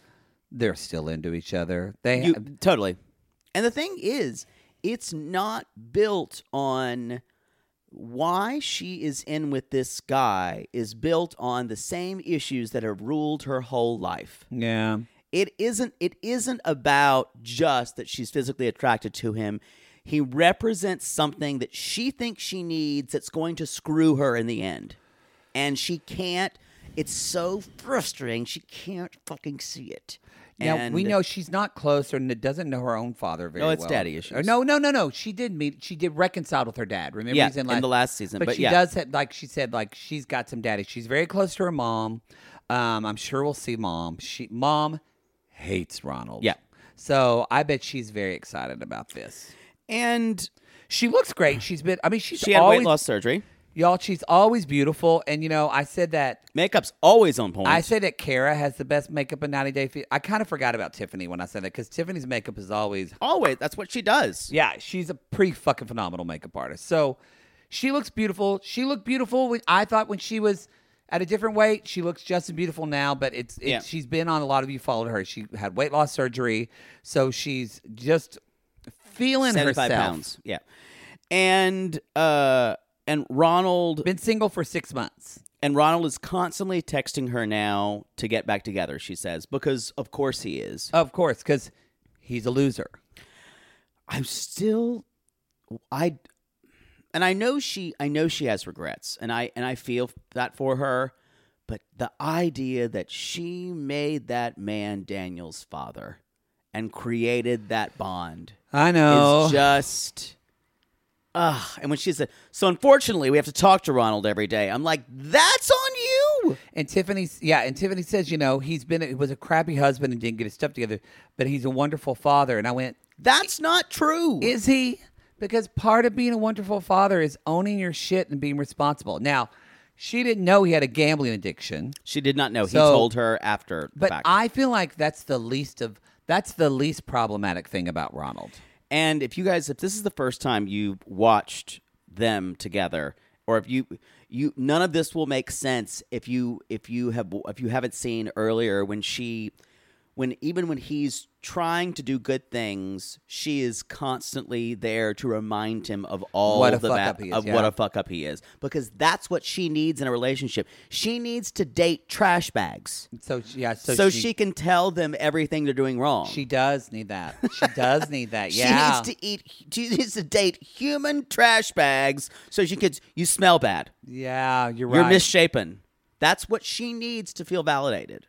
Speaker 2: they're still into each other they
Speaker 1: You, totally. And the thing is, it's not built on why she is in with this guy is built on the same issues that have ruled her whole life.
Speaker 2: yeah
Speaker 1: It isn't it isn't about just that she's physically attracted to him. He represents something that she thinks she needs that's going to screw her in the end. And she can't it's so frustrating. She can't fucking see it.
Speaker 2: Now we
Speaker 1: And-
Speaker 2: know she's not close or n- doesn't know her own father very well.
Speaker 1: it's daddy issues.
Speaker 2: Or No, no, no, no. She did meet. She did reconcile with her dad. Remember,
Speaker 1: Yeah,
Speaker 2: he's in,
Speaker 1: in the last season, but
Speaker 2: she
Speaker 1: yeah.
Speaker 2: does have, like she said, like she's got some daddy. She's very close to her mom. Um, I'm sure we'll see mom. She mom hates Ronald.
Speaker 1: Yeah.
Speaker 2: So I bet she's very excited about this.
Speaker 1: And
Speaker 2: She looks great. She's been. I mean, she's
Speaker 1: she had
Speaker 2: always
Speaker 1: weight loss surgery.
Speaker 2: y'all. She's always beautiful. And you know, I said that.
Speaker 1: Makeup's always on point.
Speaker 2: I said that Kara has the best makeup in 90 Day Fiancé. I kind of forgot about Tiffany when I said that because Tiffany's makeup is always
Speaker 1: always. That's what she does.
Speaker 2: Yeah, she's a pretty fucking phenomenal makeup artist. So she looks beautiful. She looked beautiful when I thought when she was at a different weight. She looks just as beautiful now, but it's, it's
Speaker 1: Yeah.
Speaker 2: she's been on a lot of you followed her. She had weight loss surgery, so she's just feeling herself.
Speaker 1: pounds. Yeah. And uh and Ronald
Speaker 2: Been single for six months.
Speaker 1: and Ronald is constantly texting her now to get back together, she says, because of course he is.
Speaker 2: Of course, because he's a loser.
Speaker 1: I'm still I and I know she I know she has regrets and I and I feel that for her, but the idea that she made that man Daniel's father and created that bond
Speaker 2: I Oh.
Speaker 1: is just Ugh. ah, And when she said, so unfortunately, we have to talk to Ronald every day. I'm like, that's on you.
Speaker 2: And Tiffany, yeah, and Tiffany says, you know, he's been he was a crappy husband and didn't get his stuff together, but he's a wonderful father. And I went,
Speaker 1: That's not true.
Speaker 2: Is he? Because part of being a wonderful father is owning your shit and being responsible. Now, she didn't know he had a gambling addiction,
Speaker 1: she did not know. he
Speaker 2: So-
Speaker 1: told her after the
Speaker 2: but
Speaker 1: fact.
Speaker 2: I feel like that's the least of that's the least problematic thing about Ronald.
Speaker 1: and if you guys, if this is the first time you've watched them together, or if you, you, none of this will make sense if you, if you have, if you haven't seen earlier when she, when even when he's trying to do good things, she is constantly there to remind him of all
Speaker 2: What a
Speaker 1: the
Speaker 2: fuck
Speaker 1: ba-
Speaker 2: up he is,
Speaker 1: of
Speaker 2: yeah.
Speaker 1: what a fuck up he is because that's what she needs in a relationship. She needs to date trash bags
Speaker 2: So she- yeah, so,
Speaker 1: so, she, can tell them everything they're doing wrong.
Speaker 2: she does need that. She does need that.
Speaker 1: She
Speaker 2: Yeah.
Speaker 1: needs to eat. She needs to date human trash bags so she could. You smell bad.
Speaker 2: yeah, you're right.
Speaker 1: You're misshapen. That's what she needs to feel validated.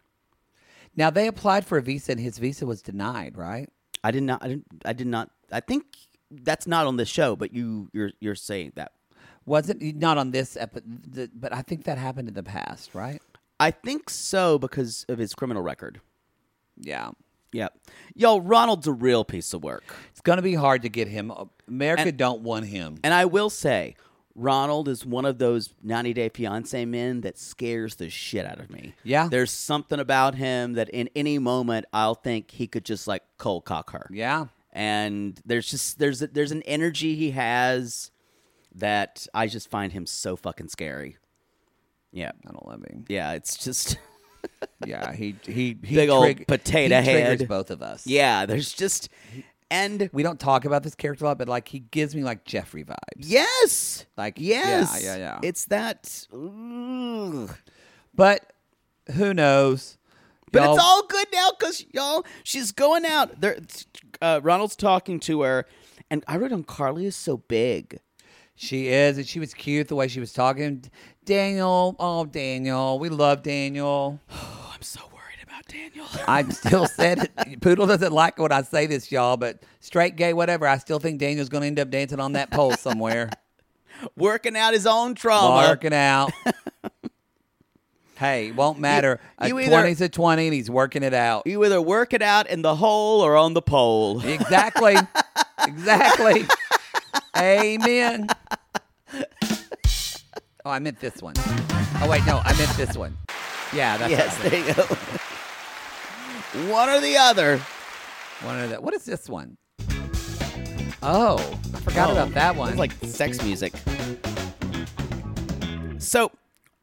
Speaker 2: now they applied for a visa and his visa was denied, right?
Speaker 1: I did not. I didn't. I did not. I think that's not on the show. But you, you're, you're saying that.
Speaker 2: Wasn't not on this episode, but I think that happened in the past, right?
Speaker 1: I think so because of his criminal record.
Speaker 2: Yeah.
Speaker 1: Yeah. Yo, Ronald's a real piece of work.
Speaker 2: It's going to be hard to get him. up. America
Speaker 1: And-
Speaker 2: don't want him.
Speaker 1: And I will say, Ronald is one of those 90 Day Fiance men that scares the shit out of me.
Speaker 2: Yeah.
Speaker 1: There's something about him that in any moment I'll think he could just like cold cock her.
Speaker 2: Yeah.
Speaker 1: And there's just there's a, there's an energy he has that I just find him so fucking scary. Yeah.
Speaker 2: I don't love him.
Speaker 1: Yeah, it's just
Speaker 2: Yeah, he he, he
Speaker 1: big old
Speaker 2: trig-
Speaker 1: potato
Speaker 2: he
Speaker 1: head.
Speaker 2: triggers both of us.
Speaker 1: Yeah, there's just and
Speaker 2: we don't talk about this character a lot, but like he gives me like Jeffrey vibes.
Speaker 1: yes.
Speaker 2: Like
Speaker 1: Yes.
Speaker 2: yeah, yeah, yeah.
Speaker 1: It's that ugh.
Speaker 2: but who knows?
Speaker 1: But
Speaker 2: Y'all-
Speaker 1: it's all good now because y'all, she's going out. There, uh, Ronald's talking to her, and I wrote on Carly is so big.
Speaker 2: She is, and she was cute the way she was talking. Daniel, oh Daniel, we love Daniel.
Speaker 1: Oh, I'm so worried about Daniel.
Speaker 2: I still said it. Poodle doesn't like when I say this, y'all, but straight, gay, whatever. I still think Daniel's going to end up dancing on that pole somewhere,
Speaker 1: Working out his own trauma.
Speaker 2: working out. hey, won't matter.
Speaker 1: you
Speaker 2: a
Speaker 1: either-
Speaker 2: twenty's a twenty, and he's working it out.
Speaker 1: You either work it out in the hole or on the pole.
Speaker 2: Exactly. exactly. Amen. Oh, I meant this one. Oh wait, no, I meant this one. Yeah, that's
Speaker 1: yes,
Speaker 2: what I
Speaker 1: there
Speaker 2: meant.
Speaker 1: you go. One or the other.
Speaker 2: one of the. What is this one? Oh, I forgot about that one.
Speaker 1: It's like sex music. So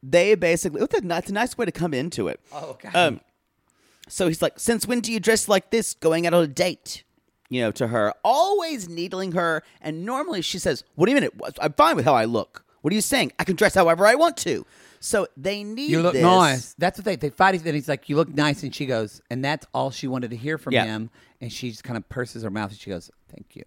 Speaker 1: they basically, ooh, that's a nice way to come into it.
Speaker 2: oh god.
Speaker 1: Um, so he's like, "Since when do you dress like this? Going out on a date?" You know, to her, always needling her, and normally she says, "What do you mean? It- I'm fine with how I look. What are you saying? I can dress however I want to." So they need
Speaker 2: you look
Speaker 1: this.
Speaker 2: nice. That's what they they fight. And he's like, "You look nice," and she goes, and that's all she wanted to hear from
Speaker 1: Yeah.
Speaker 2: him. And she just kind of purses her mouth and she goes, "Thank you."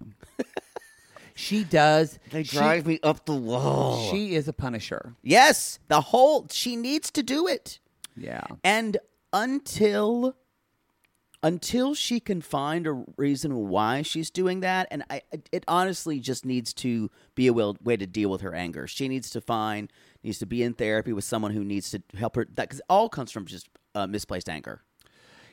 Speaker 2: she does.
Speaker 1: They
Speaker 2: She-
Speaker 1: drive me up the wall.
Speaker 2: She is a punisher.
Speaker 1: yes, the whole she needs to do it,
Speaker 2: Yeah.
Speaker 1: and until until she can find a reason why she's doing that and I, it honestly just needs to be a will, way to deal with her anger she needs to find needs to be in therapy with someone who needs to help her that because it all comes from just uh, misplaced anger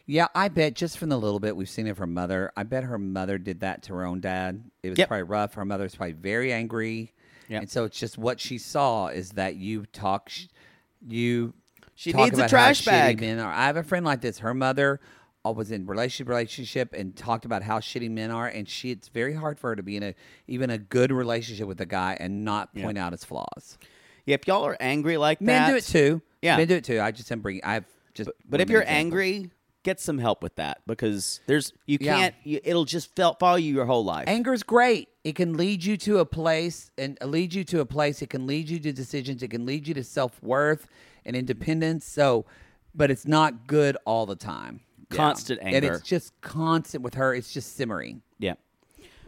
Speaker 2: Yeah, I bet just from the little bit we've seen of her mother, I bet her mother did that to her own dad. It was
Speaker 1: Yep.
Speaker 2: probably rough. Her mother's probably very angry.
Speaker 1: Yep.
Speaker 2: And so it's just what she saw is that you talk, sh- you.
Speaker 1: She
Speaker 2: talk
Speaker 1: needs a
Speaker 2: about how
Speaker 1: trash
Speaker 2: shitty
Speaker 1: bag.
Speaker 2: Men are. I have a friend like this. Her mother uh, was in relationship relationship and talked about how shitty men are, and she it's very hard for her to be in a even a good relationship with a guy and not point out his flaws.
Speaker 1: yeah, if y'all are angry like
Speaker 2: Men
Speaker 1: that
Speaker 2: do it too.
Speaker 1: Yeah.
Speaker 2: men do it too. I just am bringing. I've just
Speaker 1: but if
Speaker 2: women
Speaker 1: you're
Speaker 2: examples.
Speaker 1: angry get some help with that because there's you
Speaker 2: Yeah.
Speaker 1: can't you, it'll just fel- follow you your whole life
Speaker 2: Anger's great. It can lead you to a place and uh, lead you to a place. It can lead you to decisions. It can lead you to self worth and independence. So, but it's not good all the time.
Speaker 1: Constant
Speaker 2: And
Speaker 1: anger.
Speaker 2: it's just constant with her. It's just simmering.
Speaker 1: Yeah.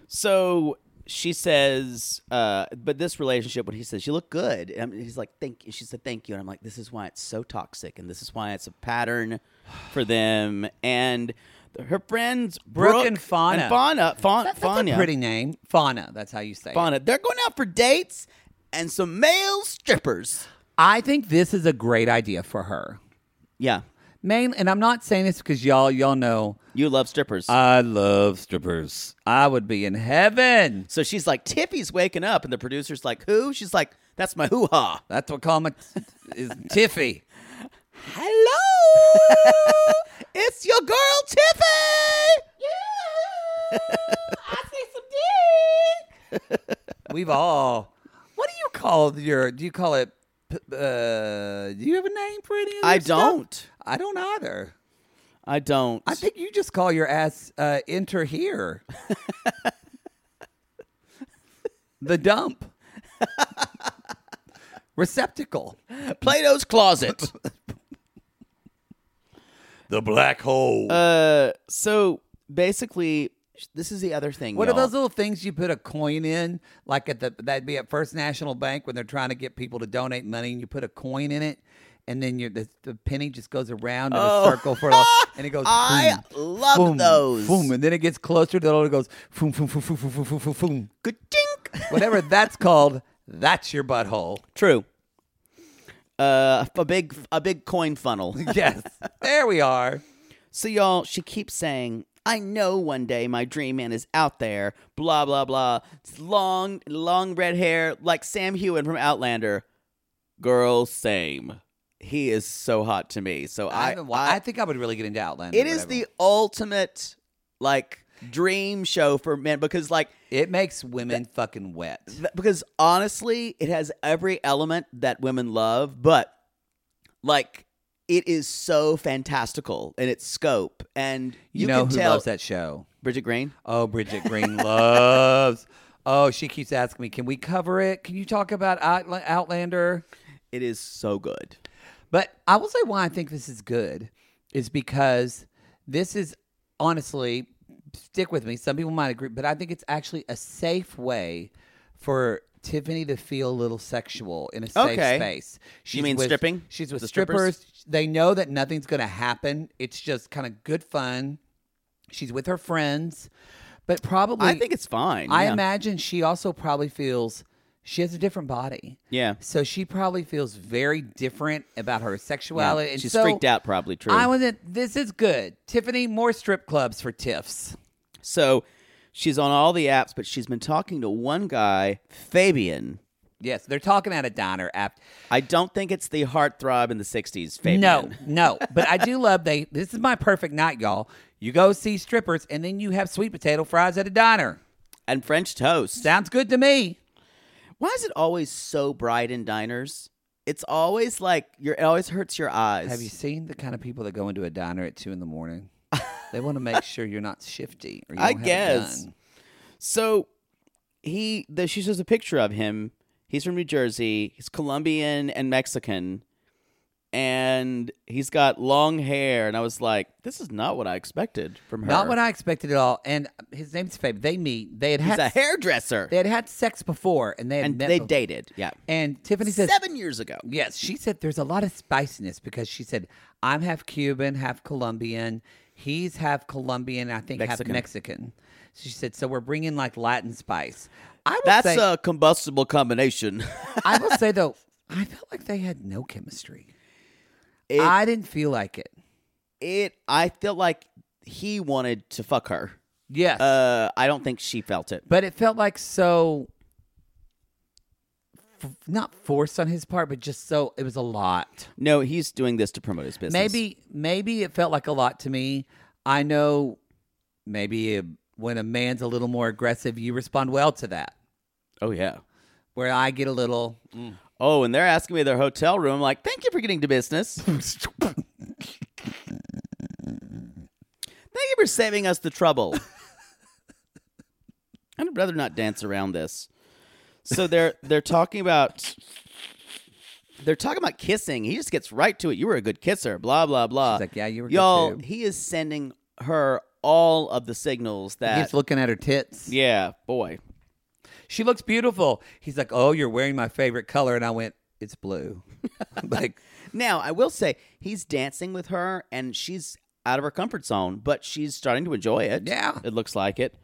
Speaker 1: So she says, uh, but this relationship, when he says, you look good, and he's like, thank you. She said, thank you. And I'm like, this is why it's so toxic. And this is why it's a pattern for them. And her friends, Brooke,
Speaker 2: Brooke and Fauna.
Speaker 1: And Fauna. Fa-
Speaker 2: That- that's
Speaker 1: Fauna.
Speaker 2: a pretty name, Fauna. That's how you say. it.
Speaker 1: Fauna. They're going out for dates and some male strippers.
Speaker 2: I think this is a great idea for her.
Speaker 1: Yeah.
Speaker 2: Main, and I'm not saying this because y'all y'all know
Speaker 1: You love strippers.
Speaker 2: I love strippers. I would be in heaven.
Speaker 1: so she's like, Tiffy's waking up. And the producer's like, who? She's like, that's my hoo ha.
Speaker 2: That's what comic is Tiffy.
Speaker 1: Hello, it's your girl Tiffy. I see some dick.
Speaker 2: We've all. What do you call your? Do you call it? p- Uh, do you have a name for any of
Speaker 1: I
Speaker 2: this stuff?
Speaker 1: don't.
Speaker 2: I don't either.
Speaker 1: I don't.
Speaker 2: I think you just call your ass uh, enter here. the dump. Receptacle.
Speaker 1: Plato's closet.
Speaker 4: The black hole.
Speaker 1: uh, so basically, this is the other thing.
Speaker 2: What
Speaker 1: y'all.
Speaker 2: are those little things you put a coin in? Like at the that'd be at First National Bank when they're trying to get people to donate money, and you put a coin in it, and then your the, the penny just goes around in a circle for like, and it goes.
Speaker 1: Oh. I
Speaker 2: boom,
Speaker 1: love
Speaker 2: boom,
Speaker 1: those.
Speaker 2: Boom, and then it gets closer to the it goes. Boom, boom, boom, boom, boom, boom, boom, boom, boom.
Speaker 1: Good dink.
Speaker 2: Whatever that's called, that's your butthole.
Speaker 1: True. Uh, a big a big coin funnel.
Speaker 2: Yes, there we are.
Speaker 1: So y'all, she keeps saying, I know one day my dream man is out there. Blah blah blah. It's long, long red hair like Sam Hewen from Outlander. Girl, same. He is so hot to me. So
Speaker 2: I,
Speaker 1: I,
Speaker 2: haven't wa- I, think I would really get into Outlander.
Speaker 1: it is the ultimate like dream show for men because like
Speaker 2: it makes women fucking wet.
Speaker 1: Th- because honestly, it has every element that women love, but like it is so fantastical in its scope, and you,
Speaker 2: You, know
Speaker 1: can
Speaker 2: who
Speaker 1: tell
Speaker 2: loves that show?
Speaker 1: Bridget Green.
Speaker 2: Oh, Bridget Green loves. Oh, she keeps asking me, "Can we cover it? Can you talk about Outla- Outlander?"
Speaker 1: It is so good.
Speaker 2: But I will say why I think this is good is because this is honestly stick with me. Some people might agree, but I think it's actually a safe way for Tiffany to feel a little sexual in a safe
Speaker 1: Okay.
Speaker 2: space.
Speaker 1: You mean
Speaker 2: with-
Speaker 1: stripping?
Speaker 2: She's with
Speaker 1: The
Speaker 2: strippers.
Speaker 1: strippers?
Speaker 2: They know that nothing's going to happen. It's just kind of good fun. She's with her friends, but probably
Speaker 1: I think it's fine.
Speaker 2: I
Speaker 1: yeah.
Speaker 2: imagine she also probably feels she has a different body.
Speaker 1: Yeah.
Speaker 2: So she probably feels very different about her sexuality.
Speaker 1: Yeah.
Speaker 2: And
Speaker 1: She's
Speaker 2: so
Speaker 1: freaked out, probably. True.
Speaker 2: I wasn't. This is good, Tiffany. More strip clubs for tiffs.
Speaker 1: so she's on all the apps, but she's been talking to one guy, Fabian.
Speaker 2: Yes, they're talking at a diner app.
Speaker 1: I don't think it's the heartthrob in the '60s, Fabian.
Speaker 2: No, no, but I do love they. This is my perfect night, y'all. You go see strippers, and then you have sweet potato fries at a diner.
Speaker 1: and French toast.
Speaker 2: Sounds good to me.
Speaker 1: Why is it always so bright in diners? It's always like you're, it always hurts your eyes.
Speaker 2: Have you seen the kind of people that go into a diner at two in the morning? they want to make sure you're not shifty. Or you
Speaker 1: I
Speaker 2: don't have a
Speaker 1: guess.
Speaker 2: gun.
Speaker 1: So he, the, she shows a picture of him. He's from New Jersey. He's Colombian and Mexican, and he's got long hair. And I was like, this is not what I expected from her.
Speaker 2: Not what I expected at all. And uh, his name's Fabe. They meet. They had
Speaker 1: He's
Speaker 2: had
Speaker 1: a hairdresser,
Speaker 2: They had had sex before, and they had
Speaker 1: and
Speaker 2: met
Speaker 1: they
Speaker 2: bef-
Speaker 1: dated. Yeah,
Speaker 2: And Tiffany says,
Speaker 1: seven years ago.
Speaker 2: "Yes." She said, "There's a lot of spiciness because she said I'm half Cuban, half Colombian. He's half Colombian. I think half
Speaker 1: Mexican.
Speaker 2: Mexican." So she said, "So we're bringing like Latin spice." I would
Speaker 1: That's
Speaker 2: say,
Speaker 1: a combustible combination.
Speaker 2: I will say though, I felt like they had no chemistry.
Speaker 1: It-
Speaker 2: I didn't feel like it.
Speaker 1: it. I feel like he wanted to fuck her.
Speaker 2: Yes.
Speaker 1: Uh, I don't think she felt it.
Speaker 2: but it felt like so f- not forced on his part but just so it was a lot
Speaker 1: No, he's doing this to promote his business.
Speaker 2: maybe maybe it felt like a lot to me i know maybe uh, when a man's a little more aggressive you respond well to that
Speaker 1: Oh yeah.
Speaker 2: where i get a little
Speaker 1: Oh, and they're asking me their hotel room. I'm like, thank you for getting to business. thank you for saving us the trouble. I'd rather not dance around this. So they're they're talking about they're talking about kissing. He just gets right to it. You were a good kisser. Blah blah blah.
Speaker 2: She's like, "Yeah, you were good
Speaker 1: Y'all,
Speaker 2: too."
Speaker 1: he is sending her all of the signals
Speaker 2: he
Speaker 1: that
Speaker 2: keeps looking at her tits
Speaker 1: yeah, boy.
Speaker 2: she looks beautiful he's like oh you're wearing my favorite color and i went it's blue like
Speaker 1: Now, I will say he's dancing with her and she's out of her comfort zone, but she's starting to enjoy it.
Speaker 2: Yeah.
Speaker 1: It looks like it.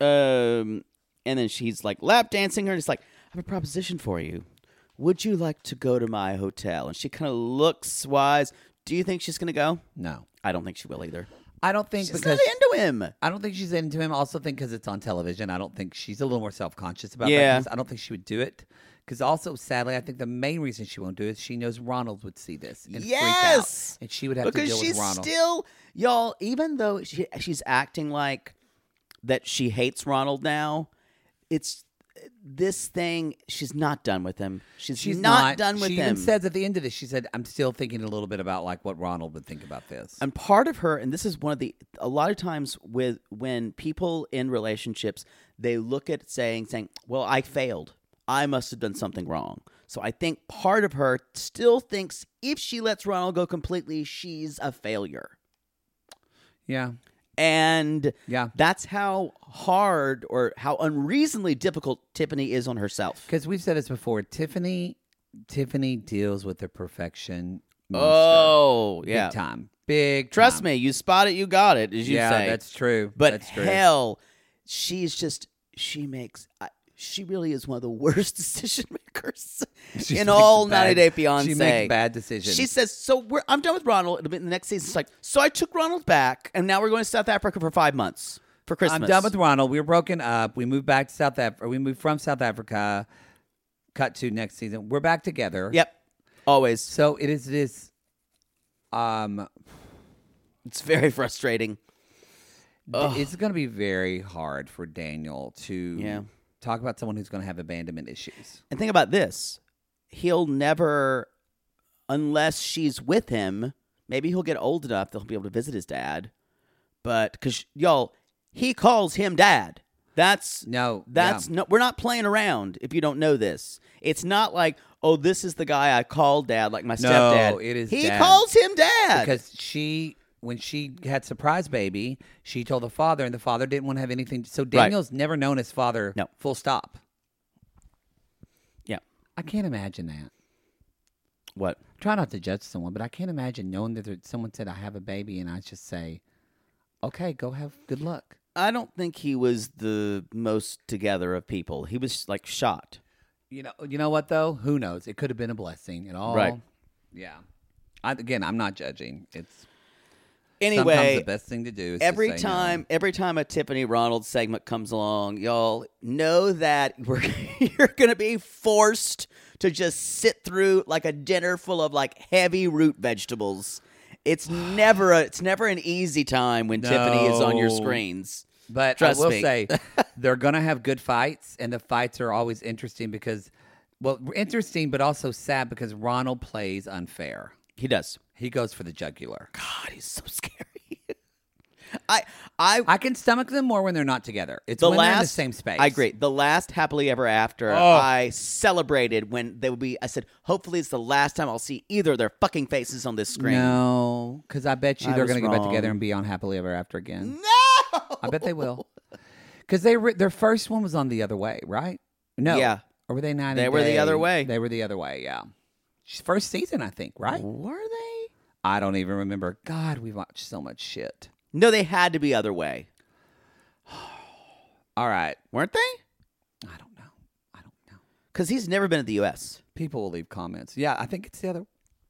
Speaker 1: Um and then she's like lap dancing her and it's like, I have a proposition for you. Would you like to go to my hotel? And she kind of looks wise. Do you think she's gonna go?
Speaker 2: no
Speaker 1: I don't think she will either.
Speaker 2: i don't think
Speaker 1: She's
Speaker 2: because
Speaker 1: not into him.
Speaker 2: I don't think she's into him. I also think because it's on television, I don't think she's a little more self conscious about
Speaker 1: Yeah.
Speaker 2: that. 'cause I don't think she would do it. Because also, sadly, I think the main reason she won't do it is she knows Ronald would see this and
Speaker 1: yes,
Speaker 2: freak out, and she would have
Speaker 1: because
Speaker 2: to deal
Speaker 1: she's
Speaker 2: with Ronald.
Speaker 1: still y'all. Even though she, she's acting like that, she hates Ronald now. It's this thing. She's not done with him. She's,
Speaker 2: she's
Speaker 1: not, done with
Speaker 2: she
Speaker 1: him.
Speaker 2: even says at the end of this, she said, "I'm still thinking a little bit about like what Ronald would think about this."
Speaker 1: and part of her, and this is one of the a lot of times with when people in relationships they look at saying saying, "Well, I failed. I must have done something wrong." So I think part of her still thinks if she lets Ronald go completely, she's a failure.
Speaker 2: yeah,
Speaker 1: And
Speaker 2: Yeah.
Speaker 1: that's how hard or how unreasonably difficult Tiffany is on herself.
Speaker 2: because we've said this before. Tiffany, Tiffany deals with the perfection. monster
Speaker 1: Oh,
Speaker 2: big time, big.
Speaker 1: Trust
Speaker 2: time.
Speaker 1: me, you spot it, you got it, as you
Speaker 2: yeah,
Speaker 1: say.
Speaker 2: that's true.
Speaker 1: But
Speaker 2: that's true.
Speaker 1: hell, she's just she makes I, she really is one of the worst decision makers
Speaker 2: She
Speaker 1: in
Speaker 2: makes
Speaker 1: all
Speaker 2: bad-
Speaker 1: 90 Day Fiance.
Speaker 2: she makes bad decisions.
Speaker 1: She says, "So we're, I'm done with Ronald." And the next season, she's like, "So I took Ronald back, and now we're going to South Africa for five months for Christmas."
Speaker 2: I'm done with Ronald. We were broken up. We moved back to South Africa. We moved from South Africa. Cut to next season. We're back together.
Speaker 1: Yep. Always.
Speaker 2: So it is this. Um,
Speaker 1: it's very frustrating.
Speaker 2: It's going to be very hard for Daniel to
Speaker 1: Yeah.
Speaker 2: talk about someone who's going to have abandonment issues.
Speaker 1: And think about this. He'll never unless she's with him, maybe he'll get old enough that he'll be able to visit his dad. But cuz y'all, he calls him dad. That's
Speaker 2: No,
Speaker 1: that's
Speaker 2: yeah.
Speaker 1: no we're not playing around if you don't know this. It's not like, "Oh, this is the guy I called dad like my
Speaker 2: No,
Speaker 1: stepdad."
Speaker 2: it is
Speaker 1: He
Speaker 2: dad.
Speaker 1: calls him dad.
Speaker 2: because she when she had surprise baby she told the father and the father didn't want to have anything so daniel's never known his father
Speaker 1: No.
Speaker 2: full stop
Speaker 1: yeah.
Speaker 2: i can't imagine that
Speaker 1: What?
Speaker 2: try not to judge someone but i can't imagine knowing that there, someone said i have a baby and i just say okay go have good luck
Speaker 1: I don't think he was the most together of people. He was like shot.
Speaker 2: you know you know what though who knows it could have been a blessing at all
Speaker 1: Right.
Speaker 2: yeah I, again i'm not judging it's
Speaker 1: Anyway,
Speaker 2: sometimes the best thing to do is to
Speaker 1: every
Speaker 2: say no.
Speaker 1: time every time a Tiffany Ronald segment comes along, y'all know that we're you're gonna be forced to just sit through like a dinner full of like heavy root vegetables. It's never a, it's never an easy time when Tiffany is on your
Speaker 2: No.
Speaker 1: screens.
Speaker 2: But
Speaker 1: Trust
Speaker 2: I will
Speaker 1: me.
Speaker 2: say they're gonna have good fights, and the fights are always interesting because, well, interesting but also sad because Ronald plays unfair.
Speaker 1: He does.
Speaker 2: He goes for the jugular.
Speaker 1: God, he's so scary. I I
Speaker 2: I can stomach them more when they're not together. It's
Speaker 1: the
Speaker 2: when
Speaker 1: last
Speaker 2: they're in the same space.
Speaker 1: I agree. The last happily ever after,
Speaker 2: Oh.
Speaker 1: I celebrated when they would be. I said, "Hopefully, it's the last time I'll see either of their fucking faces on this screen."
Speaker 2: No, because I bet you
Speaker 1: I
Speaker 2: they're
Speaker 1: was
Speaker 2: gonna get back together
Speaker 1: wrong.
Speaker 2: and be on happily ever after again.
Speaker 1: No!
Speaker 2: I bet they will. Because they re- their first one was on the other way, right? No,
Speaker 1: Yeah.
Speaker 2: Or were they nine?
Speaker 1: They were the other way.
Speaker 2: They were the other way. Yeah. First season, I think. Right?
Speaker 1: Were they?
Speaker 2: I don't even remember. God, we watched so much shit.
Speaker 1: No, they had to be other way,
Speaker 2: All right.
Speaker 1: weren't they?
Speaker 2: I don't know. I don't know.
Speaker 1: Because he's never been to the U.S.
Speaker 2: People will leave comments. Yeah, I think it's the other.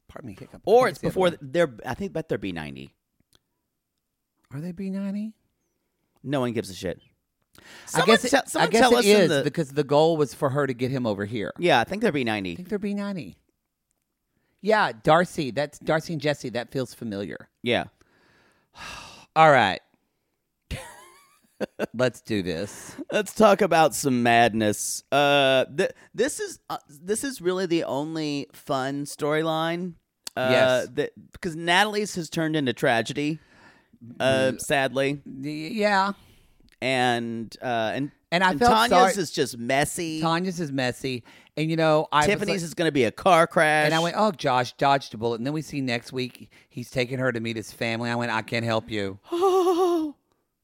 Speaker 2: Pardon me, hiccup. I
Speaker 1: or
Speaker 2: think
Speaker 1: it's
Speaker 2: the other
Speaker 1: before
Speaker 2: one.
Speaker 1: th- they're. I think bet they're B ninety.
Speaker 2: Are they B ninety?
Speaker 1: No one gives a shit.
Speaker 2: I
Speaker 1: Someone
Speaker 2: guess. It,
Speaker 1: te-
Speaker 2: I
Speaker 1: someone
Speaker 2: guess
Speaker 1: tell
Speaker 2: it
Speaker 1: us in
Speaker 2: is
Speaker 1: the-
Speaker 2: because the goal was for her to get him over here.
Speaker 1: Yeah, I think they're B
Speaker 2: I
Speaker 1: ninety.
Speaker 2: think they're B ninety. Yeah, Darcy. That's Darcy and Jesse. That feels familiar.
Speaker 1: Yeah.
Speaker 2: All right. Let's do this.
Speaker 1: Let's talk about some madness. Uh, th- this is uh, this is really the only fun storyline. Uh,
Speaker 2: Yes.
Speaker 1: that, because Natalie's has turned into tragedy, uh,
Speaker 2: Mm.
Speaker 1: sadly,
Speaker 2: Y- Yeah.
Speaker 1: and uh, and
Speaker 2: And I felt
Speaker 1: Tanya's
Speaker 2: sorry-
Speaker 1: is just messy.
Speaker 2: Tanya's is messy. And you know, I was
Speaker 1: Tiffany's
Speaker 2: like-
Speaker 1: is going to be a car crash.
Speaker 2: And I went, oh, Josh dodged a bullet. And then we see next week he's taking her to meet his family. I went, I can't help you.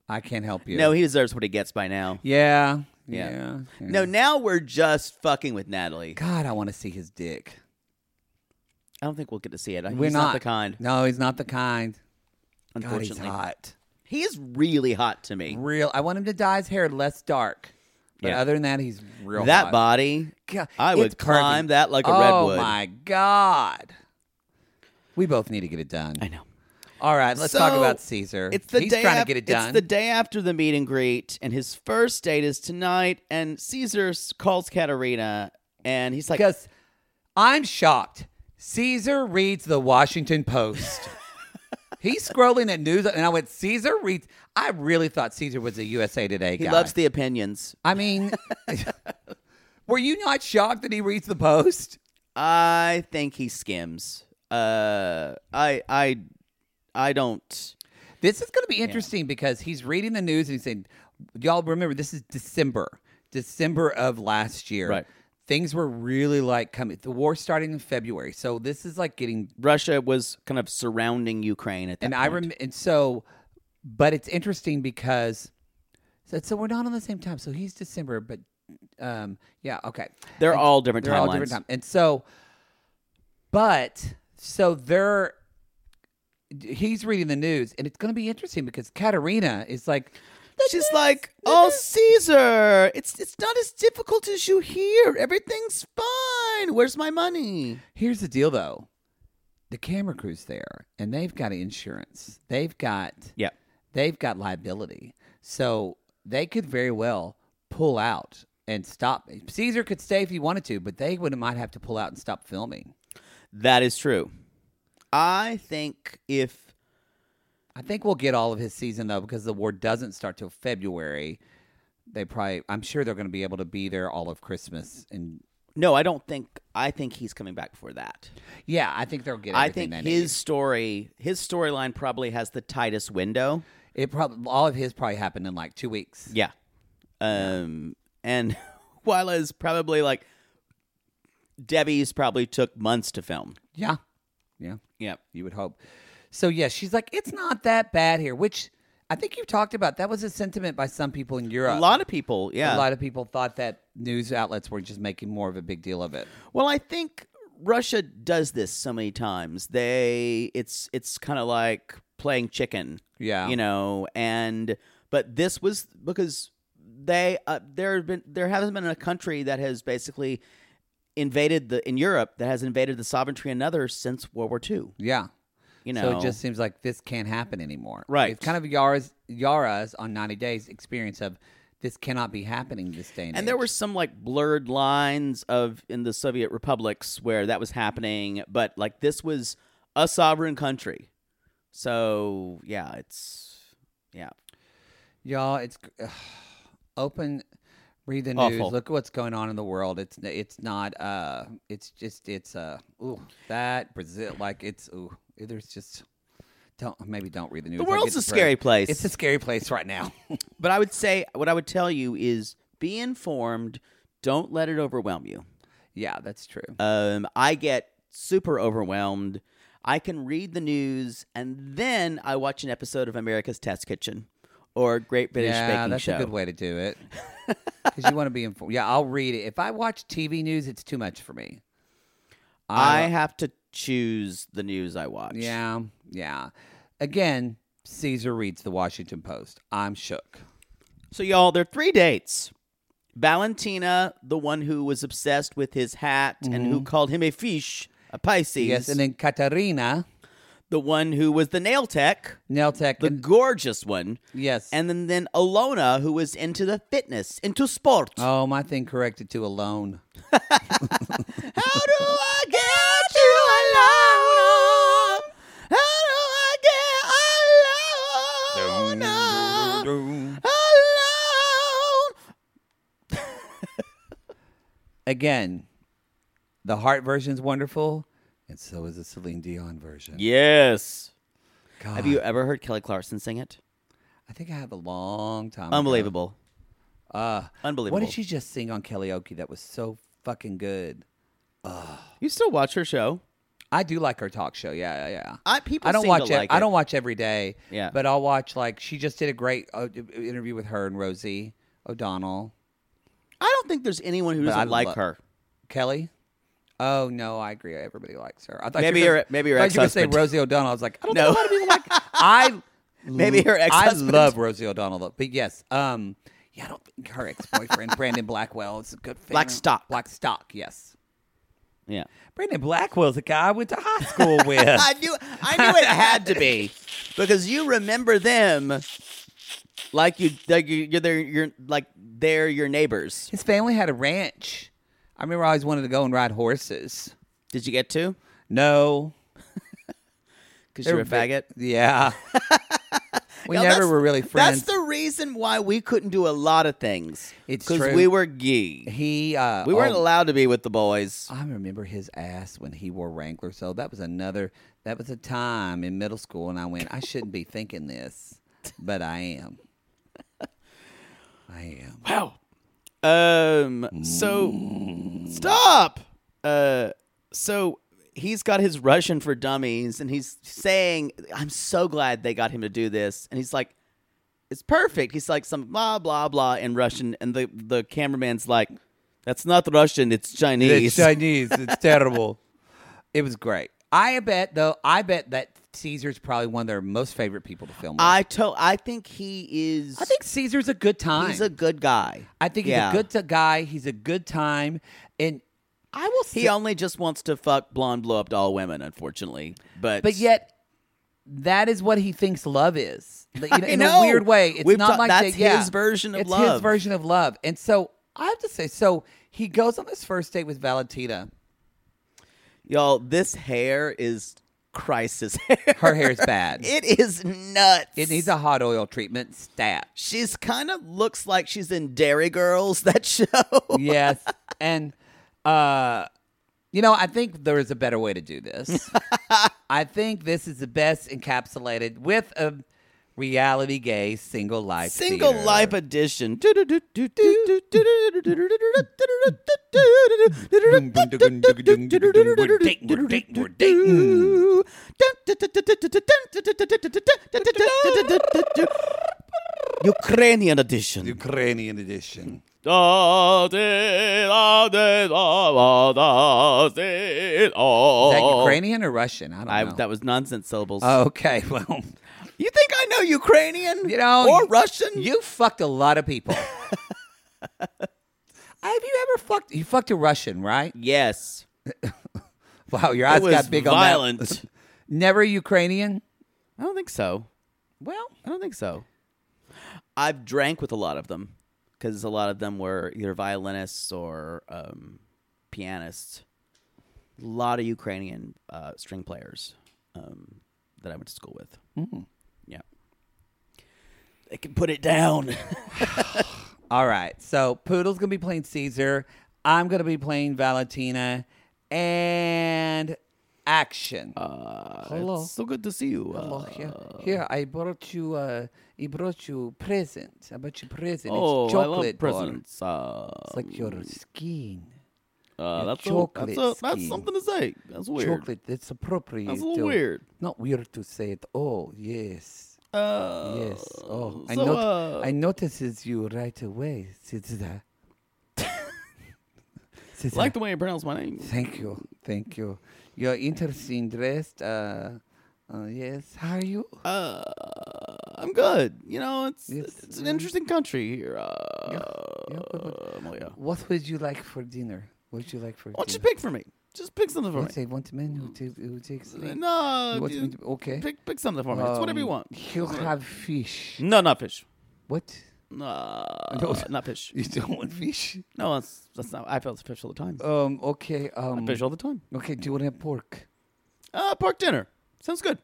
Speaker 2: I can't help you.
Speaker 1: no, he deserves what he gets by now.
Speaker 2: Yeah.
Speaker 1: Yeah.
Speaker 2: Yeah.
Speaker 1: No, now we're just fucking with Natalie.
Speaker 2: God, I want to see his dick.
Speaker 1: I don't think we'll get to see it.
Speaker 2: We're
Speaker 1: he's not, the kind.
Speaker 2: No, he's not the kind. God, he's
Speaker 1: Unfortunately,
Speaker 2: hot.
Speaker 1: he is really hot to me.
Speaker 2: Real. I want him to dye his hair less dark. But
Speaker 1: Yeah.
Speaker 2: other than that, he's real.
Speaker 1: that
Speaker 2: hot.
Speaker 1: body,
Speaker 2: God,
Speaker 1: I
Speaker 2: it's
Speaker 1: would climb
Speaker 2: curvy.
Speaker 1: that like a
Speaker 2: oh,
Speaker 1: redwood.
Speaker 2: Oh my God. We both need to get it done.
Speaker 1: I know.
Speaker 2: All right, let's talk
Speaker 1: So,
Speaker 2: about Caesar.
Speaker 1: It's the
Speaker 2: he's
Speaker 1: day
Speaker 2: trying
Speaker 1: af-
Speaker 2: to get it
Speaker 1: It's
Speaker 2: done.
Speaker 1: the day after the meet and greet, and his first date is tonight. And Caesar s- calls Katerina, and he's like,
Speaker 2: because I'm shocked. Caesar reads the Washington Post. He's scrolling at news, and I went, Caesar reads. I really thought Caesar was a USA Today
Speaker 1: he
Speaker 2: guy.
Speaker 1: loves the opinions.
Speaker 2: I mean, were you not shocked that he reads the Post?
Speaker 1: I think he skims. Uh, I, I, I don't.
Speaker 2: This is going to be interesting because he's reading the news and he's saying, y'all remember this is December, December of last year.
Speaker 1: Right.
Speaker 2: Things were really like coming. The war starting in February, so this is like getting
Speaker 1: Russia was kind of surrounding Ukraine at that.
Speaker 2: and
Speaker 1: point.
Speaker 2: I rem- and so, but it's interesting because so, so we're not on the same time. So he's December, but um, yeah, okay,
Speaker 1: They're all different
Speaker 2: they're all different
Speaker 1: timelines.
Speaker 2: time. And so, but so they're he's reading the news, and it's going to be interesting because Katerina is like
Speaker 1: She's like, "Oh, Caesar, it's it's not as difficult as you hear. Everything's fine. Where's my money?"
Speaker 2: Here's the deal, though. The camera crew's there, and they've got insurance. They've got
Speaker 1: Yeah.
Speaker 2: They've got liability, so they could very well pull out and stop. Caesar could stay if he wanted to, but they would might have to pull out and stop filming.
Speaker 1: That is true. I think if
Speaker 2: I think we'll get all of his season though, because the war doesn't start till February. They probably, I'm sure they're going to be able to be there all of Christmas, and
Speaker 1: no, I don't think I think he's coming back before that.
Speaker 2: yeah, I think they'll get.
Speaker 1: I
Speaker 2: everything
Speaker 1: think
Speaker 2: they need.
Speaker 1: his story, his storyline probably has the tightest window.
Speaker 2: It probably all of his probably happened in like two weeks.
Speaker 1: Yeah. Um and Wyla is probably like Debbie's probably took months to film.
Speaker 2: Yeah, yeah,
Speaker 1: Yep.
Speaker 2: you would hope. So yeah, she's like, it's not that bad here, which I think you've talked about. That was a sentiment by some people in Europe.
Speaker 1: A lot of people, yeah.
Speaker 2: a lot of people thought that news outlets were just making more of a big deal of it.
Speaker 1: Well, I think Russia does this so many times. They it's it's kind of like playing chicken.
Speaker 2: Yeah.
Speaker 1: You know, and but this was because they uh, there have been there hasn't been a country that has basically invaded the in Europe that has invaded the sovereignty of another since World War II.
Speaker 2: Yeah.
Speaker 1: You
Speaker 2: So
Speaker 1: know.
Speaker 2: it just seems like this can't happen anymore.
Speaker 1: Right.
Speaker 2: It's kind of Yara's Yara's on 90 Days experience of this cannot be happening this day.
Speaker 1: And there were some like blurred lines of in the Soviet republics where that was happening, but like this was a sovereign country. So, yeah, it's yeah.
Speaker 2: y'all. It's ugh, open. Read the
Speaker 1: Awful.
Speaker 2: news. Look at what's going on in the world. It's it's not. Uh, it's just it's uh. Ooh, that Brazil. Like it's ooh. There's just don't maybe don't read the news. I
Speaker 1: world's
Speaker 2: get
Speaker 1: a scary
Speaker 2: depressed.
Speaker 1: place.
Speaker 2: It's a scary place right now.
Speaker 1: But I would say what I would tell you is be informed, don't let it overwhelm you.
Speaker 2: yeah, that's true.
Speaker 1: Um, I get super overwhelmed. I can read the news and then I watch an episode of America's Test Kitchen or Great British
Speaker 2: yeah,
Speaker 1: Baking
Speaker 2: that's
Speaker 1: Show.
Speaker 2: a good way to do it. Because you want to be informed. Yeah, I'll read it. If I watch TV news, it's too much for me.
Speaker 1: I have to choose the news I watch.
Speaker 2: Yeah, yeah. Again, Caesar reads the Washington Post. I'm shook.
Speaker 1: So, y'all, there are three dates. Valentina, the one who was obsessed with his hat and who called him a fish, a Pisces.
Speaker 2: Mm-hmm. Yes, and then Katarina
Speaker 1: the one who was the nail tech,
Speaker 2: Neltek.
Speaker 1: the
Speaker 2: and,
Speaker 1: gorgeous one.
Speaker 2: yes.
Speaker 1: And then, then Alona, who was into the fitness, into sport.
Speaker 2: oh, my thing corrected to alone.
Speaker 1: How do I get you alone? How do I get alone? Alone.
Speaker 2: Again, the heart version's wonderful, and so is the Celine Dion version.
Speaker 1: Yes.
Speaker 2: God, Oh
Speaker 1: Have you ever heard Kelly Clarkson sing it?
Speaker 2: I think I have a long time. ago.
Speaker 1: Unbelievable.
Speaker 2: Uh,
Speaker 1: Unbelievable.
Speaker 2: What did she just sing on karaoke that was so fucking good?
Speaker 1: You still watch her show?
Speaker 2: I do like her talk show. Yeah, yeah, yeah.
Speaker 1: I- people
Speaker 2: I don't
Speaker 1: seem
Speaker 2: watch
Speaker 1: to like
Speaker 2: I
Speaker 1: it.
Speaker 2: don't watch every day.
Speaker 1: Yeah.
Speaker 2: but I'll watch like she just did a great uh, interview with her and Rosie O'Donnell,
Speaker 1: I don't think there's anyone who
Speaker 2: But
Speaker 1: doesn't
Speaker 2: I
Speaker 1: like
Speaker 2: love-
Speaker 1: her.
Speaker 2: Kelly. Oh no, I agree. Everybody likes her. I thought
Speaker 1: Maybe
Speaker 2: you were,
Speaker 1: her- maybe her
Speaker 2: I thought you were gonna say
Speaker 1: ex-husband.
Speaker 2: Rosie O'Donnell. I was like, I don't
Speaker 1: No.
Speaker 2: know a lot of people like. I
Speaker 1: Maybe her
Speaker 2: I
Speaker 1: ex-husband.
Speaker 2: love Rosie O'Donnell though, but yes, um, yeah, I don't think her ex boyfriend Brandon Blackwell is a good fit.
Speaker 1: Blackstock.
Speaker 2: Blackstock, yes.
Speaker 1: Yeah.
Speaker 2: Brandon Blackwell's a guy I went to high school with.
Speaker 1: I knew I knew it had to be because you remember them like you like you- you're their you're like they're your neighbors.
Speaker 2: His family had a ranch. I remember I always wanted to go and ride horses.
Speaker 1: Did you get to?
Speaker 2: No,
Speaker 1: Because you're a
Speaker 2: They're
Speaker 1: faggot.
Speaker 2: Yeah, we
Speaker 1: Y'all,
Speaker 2: never
Speaker 1: that's-
Speaker 2: were really friends.
Speaker 1: That's the reason why we couldn't do a lot of things.
Speaker 2: It's
Speaker 1: because
Speaker 2: true.
Speaker 1: we were gay.
Speaker 2: he. Uh,
Speaker 1: We weren't
Speaker 2: oh,
Speaker 1: allowed to be with the boys.
Speaker 2: I remember his ass when he wore Wrangler. So that was another. That was a time in middle school, and I went, I shouldn't be thinking this, but I am. I am.
Speaker 1: Wow. Um. So
Speaker 2: Mm.
Speaker 1: stop. Uh. So he's got his Russian for dummies, and he's saying, "I'm so glad they got him to do this." And he's like, "It's perfect." He's like some blah blah blah in Russian, and the the cameraman's like, "That's not Russian. It's Chinese."
Speaker 2: It's Chinese. It's terrible. It was great. I bet though. I bet that Caesar's probably one of their most favorite people to film. with.
Speaker 1: I to- I think he is.
Speaker 2: I think Caesar's a good time.
Speaker 1: he's a good guy.
Speaker 2: I think
Speaker 1: Yeah.
Speaker 2: he's a good t- guy. He's a good time, and I will.
Speaker 1: He
Speaker 2: say-
Speaker 1: only just wants to fuck blonde, blow up doll women, unfortunately. But
Speaker 2: but yet that is what he thinks love is. Like, you
Speaker 1: I
Speaker 2: know, in
Speaker 1: know.
Speaker 2: a weird way, it's
Speaker 1: We've
Speaker 2: not
Speaker 1: ta-
Speaker 2: like
Speaker 1: that's
Speaker 2: that. Yeah,
Speaker 1: his version of
Speaker 2: it's his
Speaker 1: love.
Speaker 2: version of love, and so I have to say, so he goes on this first date with Valentina.
Speaker 1: y'all, this hair is crisis hair.
Speaker 2: Her hair is bad.
Speaker 1: It is nuts.
Speaker 2: It needs a hot oil treatment, stat.
Speaker 1: She's kind of looks like she's in Dairy Girls, that show.
Speaker 2: yes, and uh, you know, I think there is a better way to do this. I think this is the best encapsulated with a reality gay single life.
Speaker 1: Single
Speaker 2: theater.
Speaker 1: Life Edition. Ukrainian edition.
Speaker 2: Ukrainian edition. Is that Ukrainian or Russian? I don't
Speaker 1: Oh, I,
Speaker 2: know.
Speaker 1: that was nonsense syllables.
Speaker 2: okay, well,
Speaker 1: you think I know Ukrainian?
Speaker 2: you know,
Speaker 1: or
Speaker 2: you-
Speaker 1: Russian?
Speaker 2: You fucked a lot of people. Have you ever fucked? You fucked a Russian, right?
Speaker 1: yes.
Speaker 2: Wow, your
Speaker 1: It
Speaker 2: eyes
Speaker 1: was
Speaker 2: got big
Speaker 1: violent.
Speaker 2: on that. Never Ukrainian.
Speaker 1: I don't think so.
Speaker 2: Well,
Speaker 1: I don't think so. I've drank with a lot of them because a lot of them were either violinists or um, pianists. A lot of Ukrainian uh, string players um, that I went to school with.
Speaker 2: Mm.
Speaker 1: Yeah, they can put it down.
Speaker 2: All right. So Poodle's gonna be playing Caesar. I'm gonna be playing Valentina. And action.
Speaker 1: Uh,
Speaker 2: Hello.
Speaker 1: so good to see you.
Speaker 2: Hello, here, here I brought you. Uh, I brought you present. I brought you present.
Speaker 1: oh,
Speaker 2: it's
Speaker 1: I
Speaker 2: chocolate
Speaker 1: love
Speaker 2: bar.
Speaker 1: presents. Uh,
Speaker 2: It's like your skin.
Speaker 1: uh, that's, a,
Speaker 2: chocolate
Speaker 1: that's, a, that's
Speaker 2: skin.
Speaker 1: something to say. That's weird.
Speaker 2: Chocolate. It's appropriate.
Speaker 1: That's a little
Speaker 2: to-
Speaker 1: weird.
Speaker 2: Not weird to say it. Oh yes,
Speaker 1: Uh,
Speaker 2: yes. Oh, I
Speaker 1: so,
Speaker 2: not-
Speaker 1: uh,
Speaker 2: I notices you right away, Sister.
Speaker 1: I like the way you pronounce my name.
Speaker 2: Thank you. Thank you. You're interesting dressed. Uh, uh, yes. How are you?
Speaker 1: uh, I'm good. You know, it's
Speaker 2: Yes.
Speaker 1: it's, an interesting country here. Uh,
Speaker 2: Yeah, yeah, but- but
Speaker 1: well, yeah.
Speaker 2: What would you like for dinner? What would you like for
Speaker 1: Why don't you
Speaker 2: dinner?
Speaker 1: pick for me? Just pick something for
Speaker 2: What
Speaker 1: me. Uh,
Speaker 2: I want men who take, who takes things.
Speaker 1: No,
Speaker 2: You want
Speaker 1: you-
Speaker 2: me to- okay.
Speaker 1: Pick pick something for me. it's whatever you
Speaker 2: Um,
Speaker 1: want.
Speaker 2: You have fish.
Speaker 1: No, not fish.
Speaker 2: What?
Speaker 1: No,
Speaker 2: No.
Speaker 1: not fish.
Speaker 2: You don't want fish?
Speaker 1: No, that's that's not. I felt fish all the time.
Speaker 2: Um. Okay. Um.
Speaker 1: fish all the time.
Speaker 2: Okay. Do you want to have pork?
Speaker 1: Uh, pork dinner sounds good.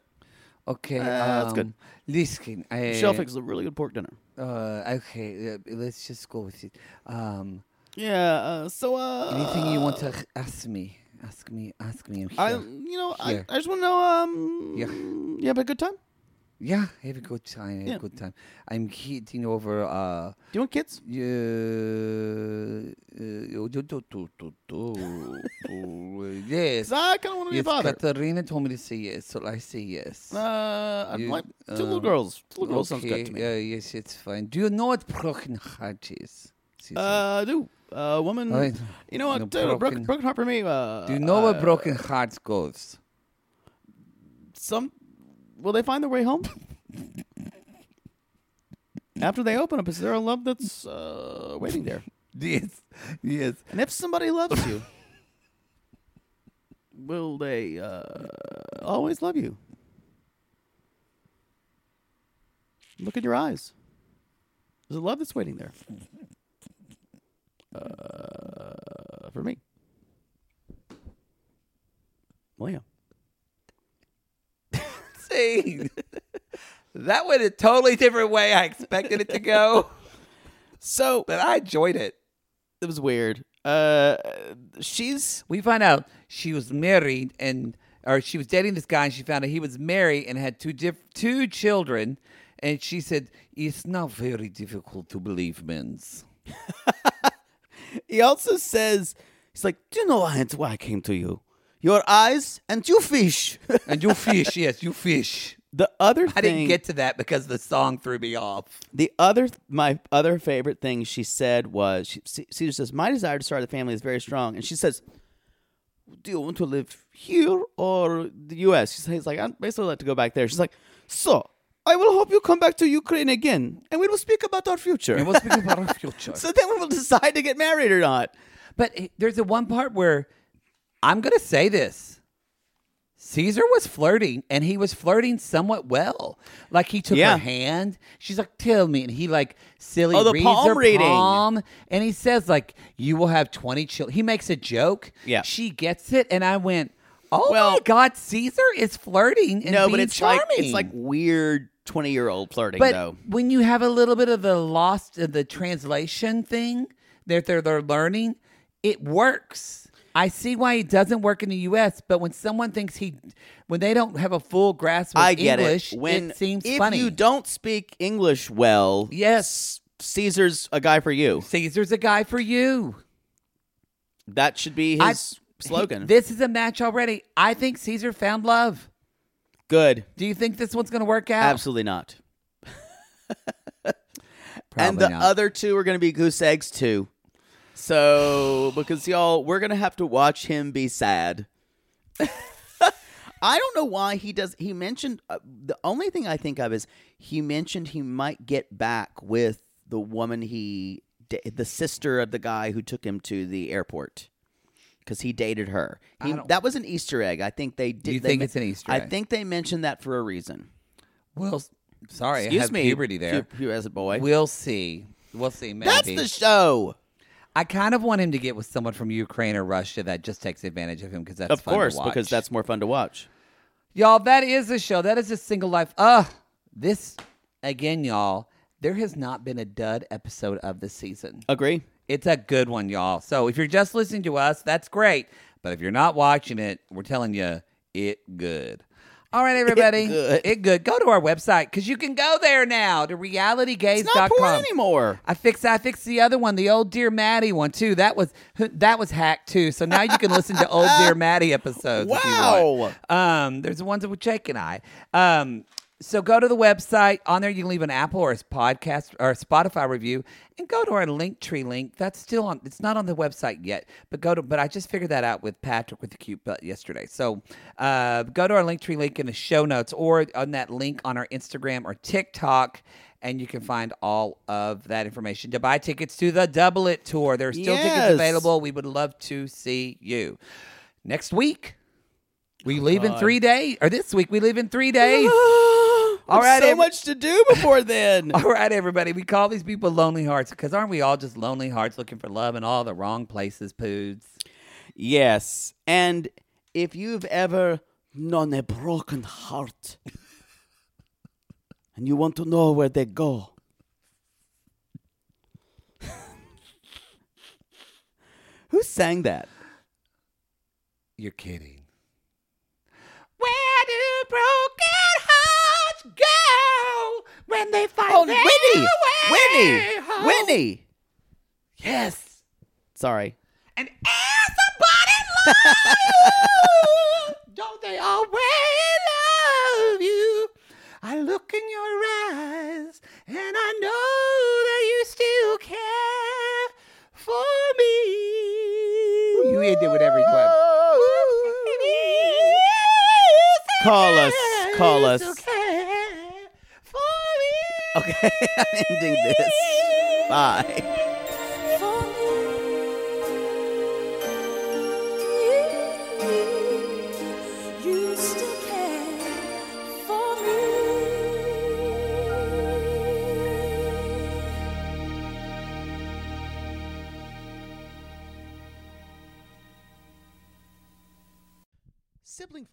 Speaker 2: Okay.
Speaker 1: Uh, that's good.
Speaker 2: um, Listen. I,
Speaker 1: Shellfish is a really good pork dinner.
Speaker 2: Uh. Okay. Uh, let's just go with it. Um.
Speaker 1: Yeah. Uh, so uh,
Speaker 2: Anything you want to h- ask me? Ask me. Ask me. I'm here.
Speaker 1: I you know I,
Speaker 2: Here.
Speaker 1: I just want to know um
Speaker 2: Yeah.
Speaker 1: you have a good time.
Speaker 2: yeah. Have a good time. Have
Speaker 1: Yeah.
Speaker 2: a good time. I'm hitting over. Uh.
Speaker 1: Do you want kids?
Speaker 2: Yeah. Uh, do, do, do, do, do. Oh, yes.
Speaker 1: 'Cause I kind of want to be
Speaker 2: Yes,
Speaker 1: a father.
Speaker 2: Katarina told me to say yes, so I say yes.
Speaker 1: Uh, I'd
Speaker 2: You-
Speaker 1: like two little
Speaker 2: um,
Speaker 1: girls. Two little girls sounds good to me.
Speaker 2: Yeah, yes, it's fine. Do you know what broken heart is? Caesar?
Speaker 1: Uh, do uh, woman.
Speaker 2: I-
Speaker 1: you know what?
Speaker 2: no,
Speaker 1: uh, broken,
Speaker 2: broken-
Speaker 1: broken heart for me. Uh,
Speaker 2: do you know
Speaker 1: uh,
Speaker 2: where broken hearts goes?
Speaker 1: Some will they find their way home after they open up? Is there a love that's uh, waiting there?
Speaker 2: Yes, yes.
Speaker 1: And if somebody loves you, will they uh, always love you? Look at your eyes. There's a love that's waiting there. Uh, for me. Well, yeah.
Speaker 2: See, that went a totally different way I expected it to go,
Speaker 1: So
Speaker 2: but I enjoyed it.
Speaker 1: it was weird. Uh, she's
Speaker 2: We find out she was married and, or she was dating this guy, and she found out he was married and had two diff- two children, and she said it's not very difficult to believe men's.
Speaker 1: He also says, he's like, Do you know why, it's why I came to you? Your eyes and you fish.
Speaker 2: And you fish, yes, you fish.
Speaker 1: the other thing
Speaker 2: I didn't get to that because the song threw me off.
Speaker 1: the other my other favorite thing she said was she, C- Caesar says, My desire to start a family is very strong. And she says, do you want to live here or the U.S.? She's- He's like, I'd basically like to go back there. She's like, so I will hope you come back to Ukraine again, and we will speak about our future.
Speaker 2: And we'll speak about our future.
Speaker 1: so then we will decide to get married or not.
Speaker 2: But eh, there's the one part where I'm going to say this. Caesar was flirting and he was flirting somewhat well. Like he took
Speaker 1: Yeah.
Speaker 2: her hand. She's like, tell me. And he like silly
Speaker 1: Oh, the
Speaker 2: reads
Speaker 1: palm
Speaker 2: her
Speaker 1: reading.
Speaker 2: palm. And he says like, you will have 20 children. He makes a joke.
Speaker 1: Yeah.
Speaker 2: She gets it. And I went, oh my
Speaker 1: Well-
Speaker 2: God, Caesar is flirting and
Speaker 1: no,
Speaker 2: being
Speaker 1: but it's
Speaker 2: charming.
Speaker 1: like it's like weird twenty-year-old flirting
Speaker 2: But
Speaker 1: though.
Speaker 2: when you have a little bit of the lost of the translation thing that they're they're learning, it works. I see why it doesn't work in the U.S., but when someone thinks he, when they don't have a full grasp of
Speaker 1: I get
Speaker 2: English,
Speaker 1: it. When
Speaker 2: seems
Speaker 1: if
Speaker 2: funny.
Speaker 1: you don't speak English well,
Speaker 2: yes,
Speaker 1: Caesar's a guy for you.
Speaker 2: Caesar's a guy for you.
Speaker 1: That should be
Speaker 2: I-
Speaker 1: his slogan.
Speaker 2: He- this is a match already. I think Caesar found love.
Speaker 1: Good.
Speaker 2: Do you think this one's going to work out?
Speaker 1: Absolutely not. and
Speaker 2: Probably
Speaker 1: the
Speaker 2: not.
Speaker 1: other two are going to be goose eggs too. So because y'all, we're going to have to watch him be sad. I don't know why he does. He mentioned uh, the only thing I think of is he mentioned he might get back with the woman he, da- the sister of the guy who took him to the airport, because he dated her. He, that was an Easter egg. I think they did.
Speaker 2: You
Speaker 1: they
Speaker 2: think
Speaker 1: men-
Speaker 2: it's an Easter
Speaker 1: I
Speaker 2: egg?
Speaker 1: think they mentioned that for a reason.
Speaker 2: Well, sorry, I
Speaker 1: Excuse
Speaker 2: had
Speaker 1: me.
Speaker 2: puberty there.
Speaker 1: Pu- pu- as a boy.
Speaker 2: We'll see. We'll see. Maybe.
Speaker 1: That's the show.
Speaker 2: I kind of want him to get with someone from Ukraine or Russia that just takes advantage of him because that's
Speaker 1: of
Speaker 2: fun to
Speaker 1: course,
Speaker 2: watch.
Speaker 1: because that's more fun to watch.
Speaker 2: y'all. That is the show. That is a single life. Ugh, this again, y'all. There has not been a dud episode of the season.
Speaker 1: Agree?
Speaker 2: It's a good one, y'all. So if you're just listening to us, that's great. But if you're not watching it, we're telling you, it good. All right, everybody. It
Speaker 1: good.
Speaker 2: Go to our website because you can go there now to realitygaze.com.
Speaker 1: It's not porn anymore.
Speaker 2: I fixed I fixed the other one, the old dear Maddie one too. That was that was hacked too. So now you can listen to old dear Maddie episodes. if you want. Um, there's the ones with Jake and I. Um, so go to the website. On there, you can leave an Apple or a podcast or a Spotify review, and go to our Linktree link. That's still on. It's not on the website yet, but go to. But I just figured that out with Patrick with the cute butt yesterday. So uh, go to our Linktree link in the show notes or on that link on our Instagram or TikTok and you can find all of that information to buy tickets to the Double It Tour. There are still
Speaker 1: Yes.
Speaker 2: tickets available. We would love to see you next week. We
Speaker 1: Oh,
Speaker 2: leave in three days, or this week we leave in three days.
Speaker 1: All
Speaker 2: right,
Speaker 1: so
Speaker 2: every-
Speaker 1: much to do before then.
Speaker 2: all right, everybody. We call these people lonely hearts because aren't we all just lonely hearts looking for love in all the wrong places, poods?
Speaker 1: yes, and if you've ever known a broken heart, and you want to know where they go, who sang that?
Speaker 2: You're kidding. Where do broken hearts go when they find
Speaker 1: Oh,
Speaker 2: their
Speaker 1: Whitney! Whitney!
Speaker 2: way home?
Speaker 1: Whitney!
Speaker 2: Yes.
Speaker 1: Sorry.
Speaker 2: And as the body love you, don't they always love you? I look in your eyes and I know that you still care for me. You end it with every clap.
Speaker 1: Call us, call us. Okay, I'm ending this. Bye.
Speaker 3: Sibling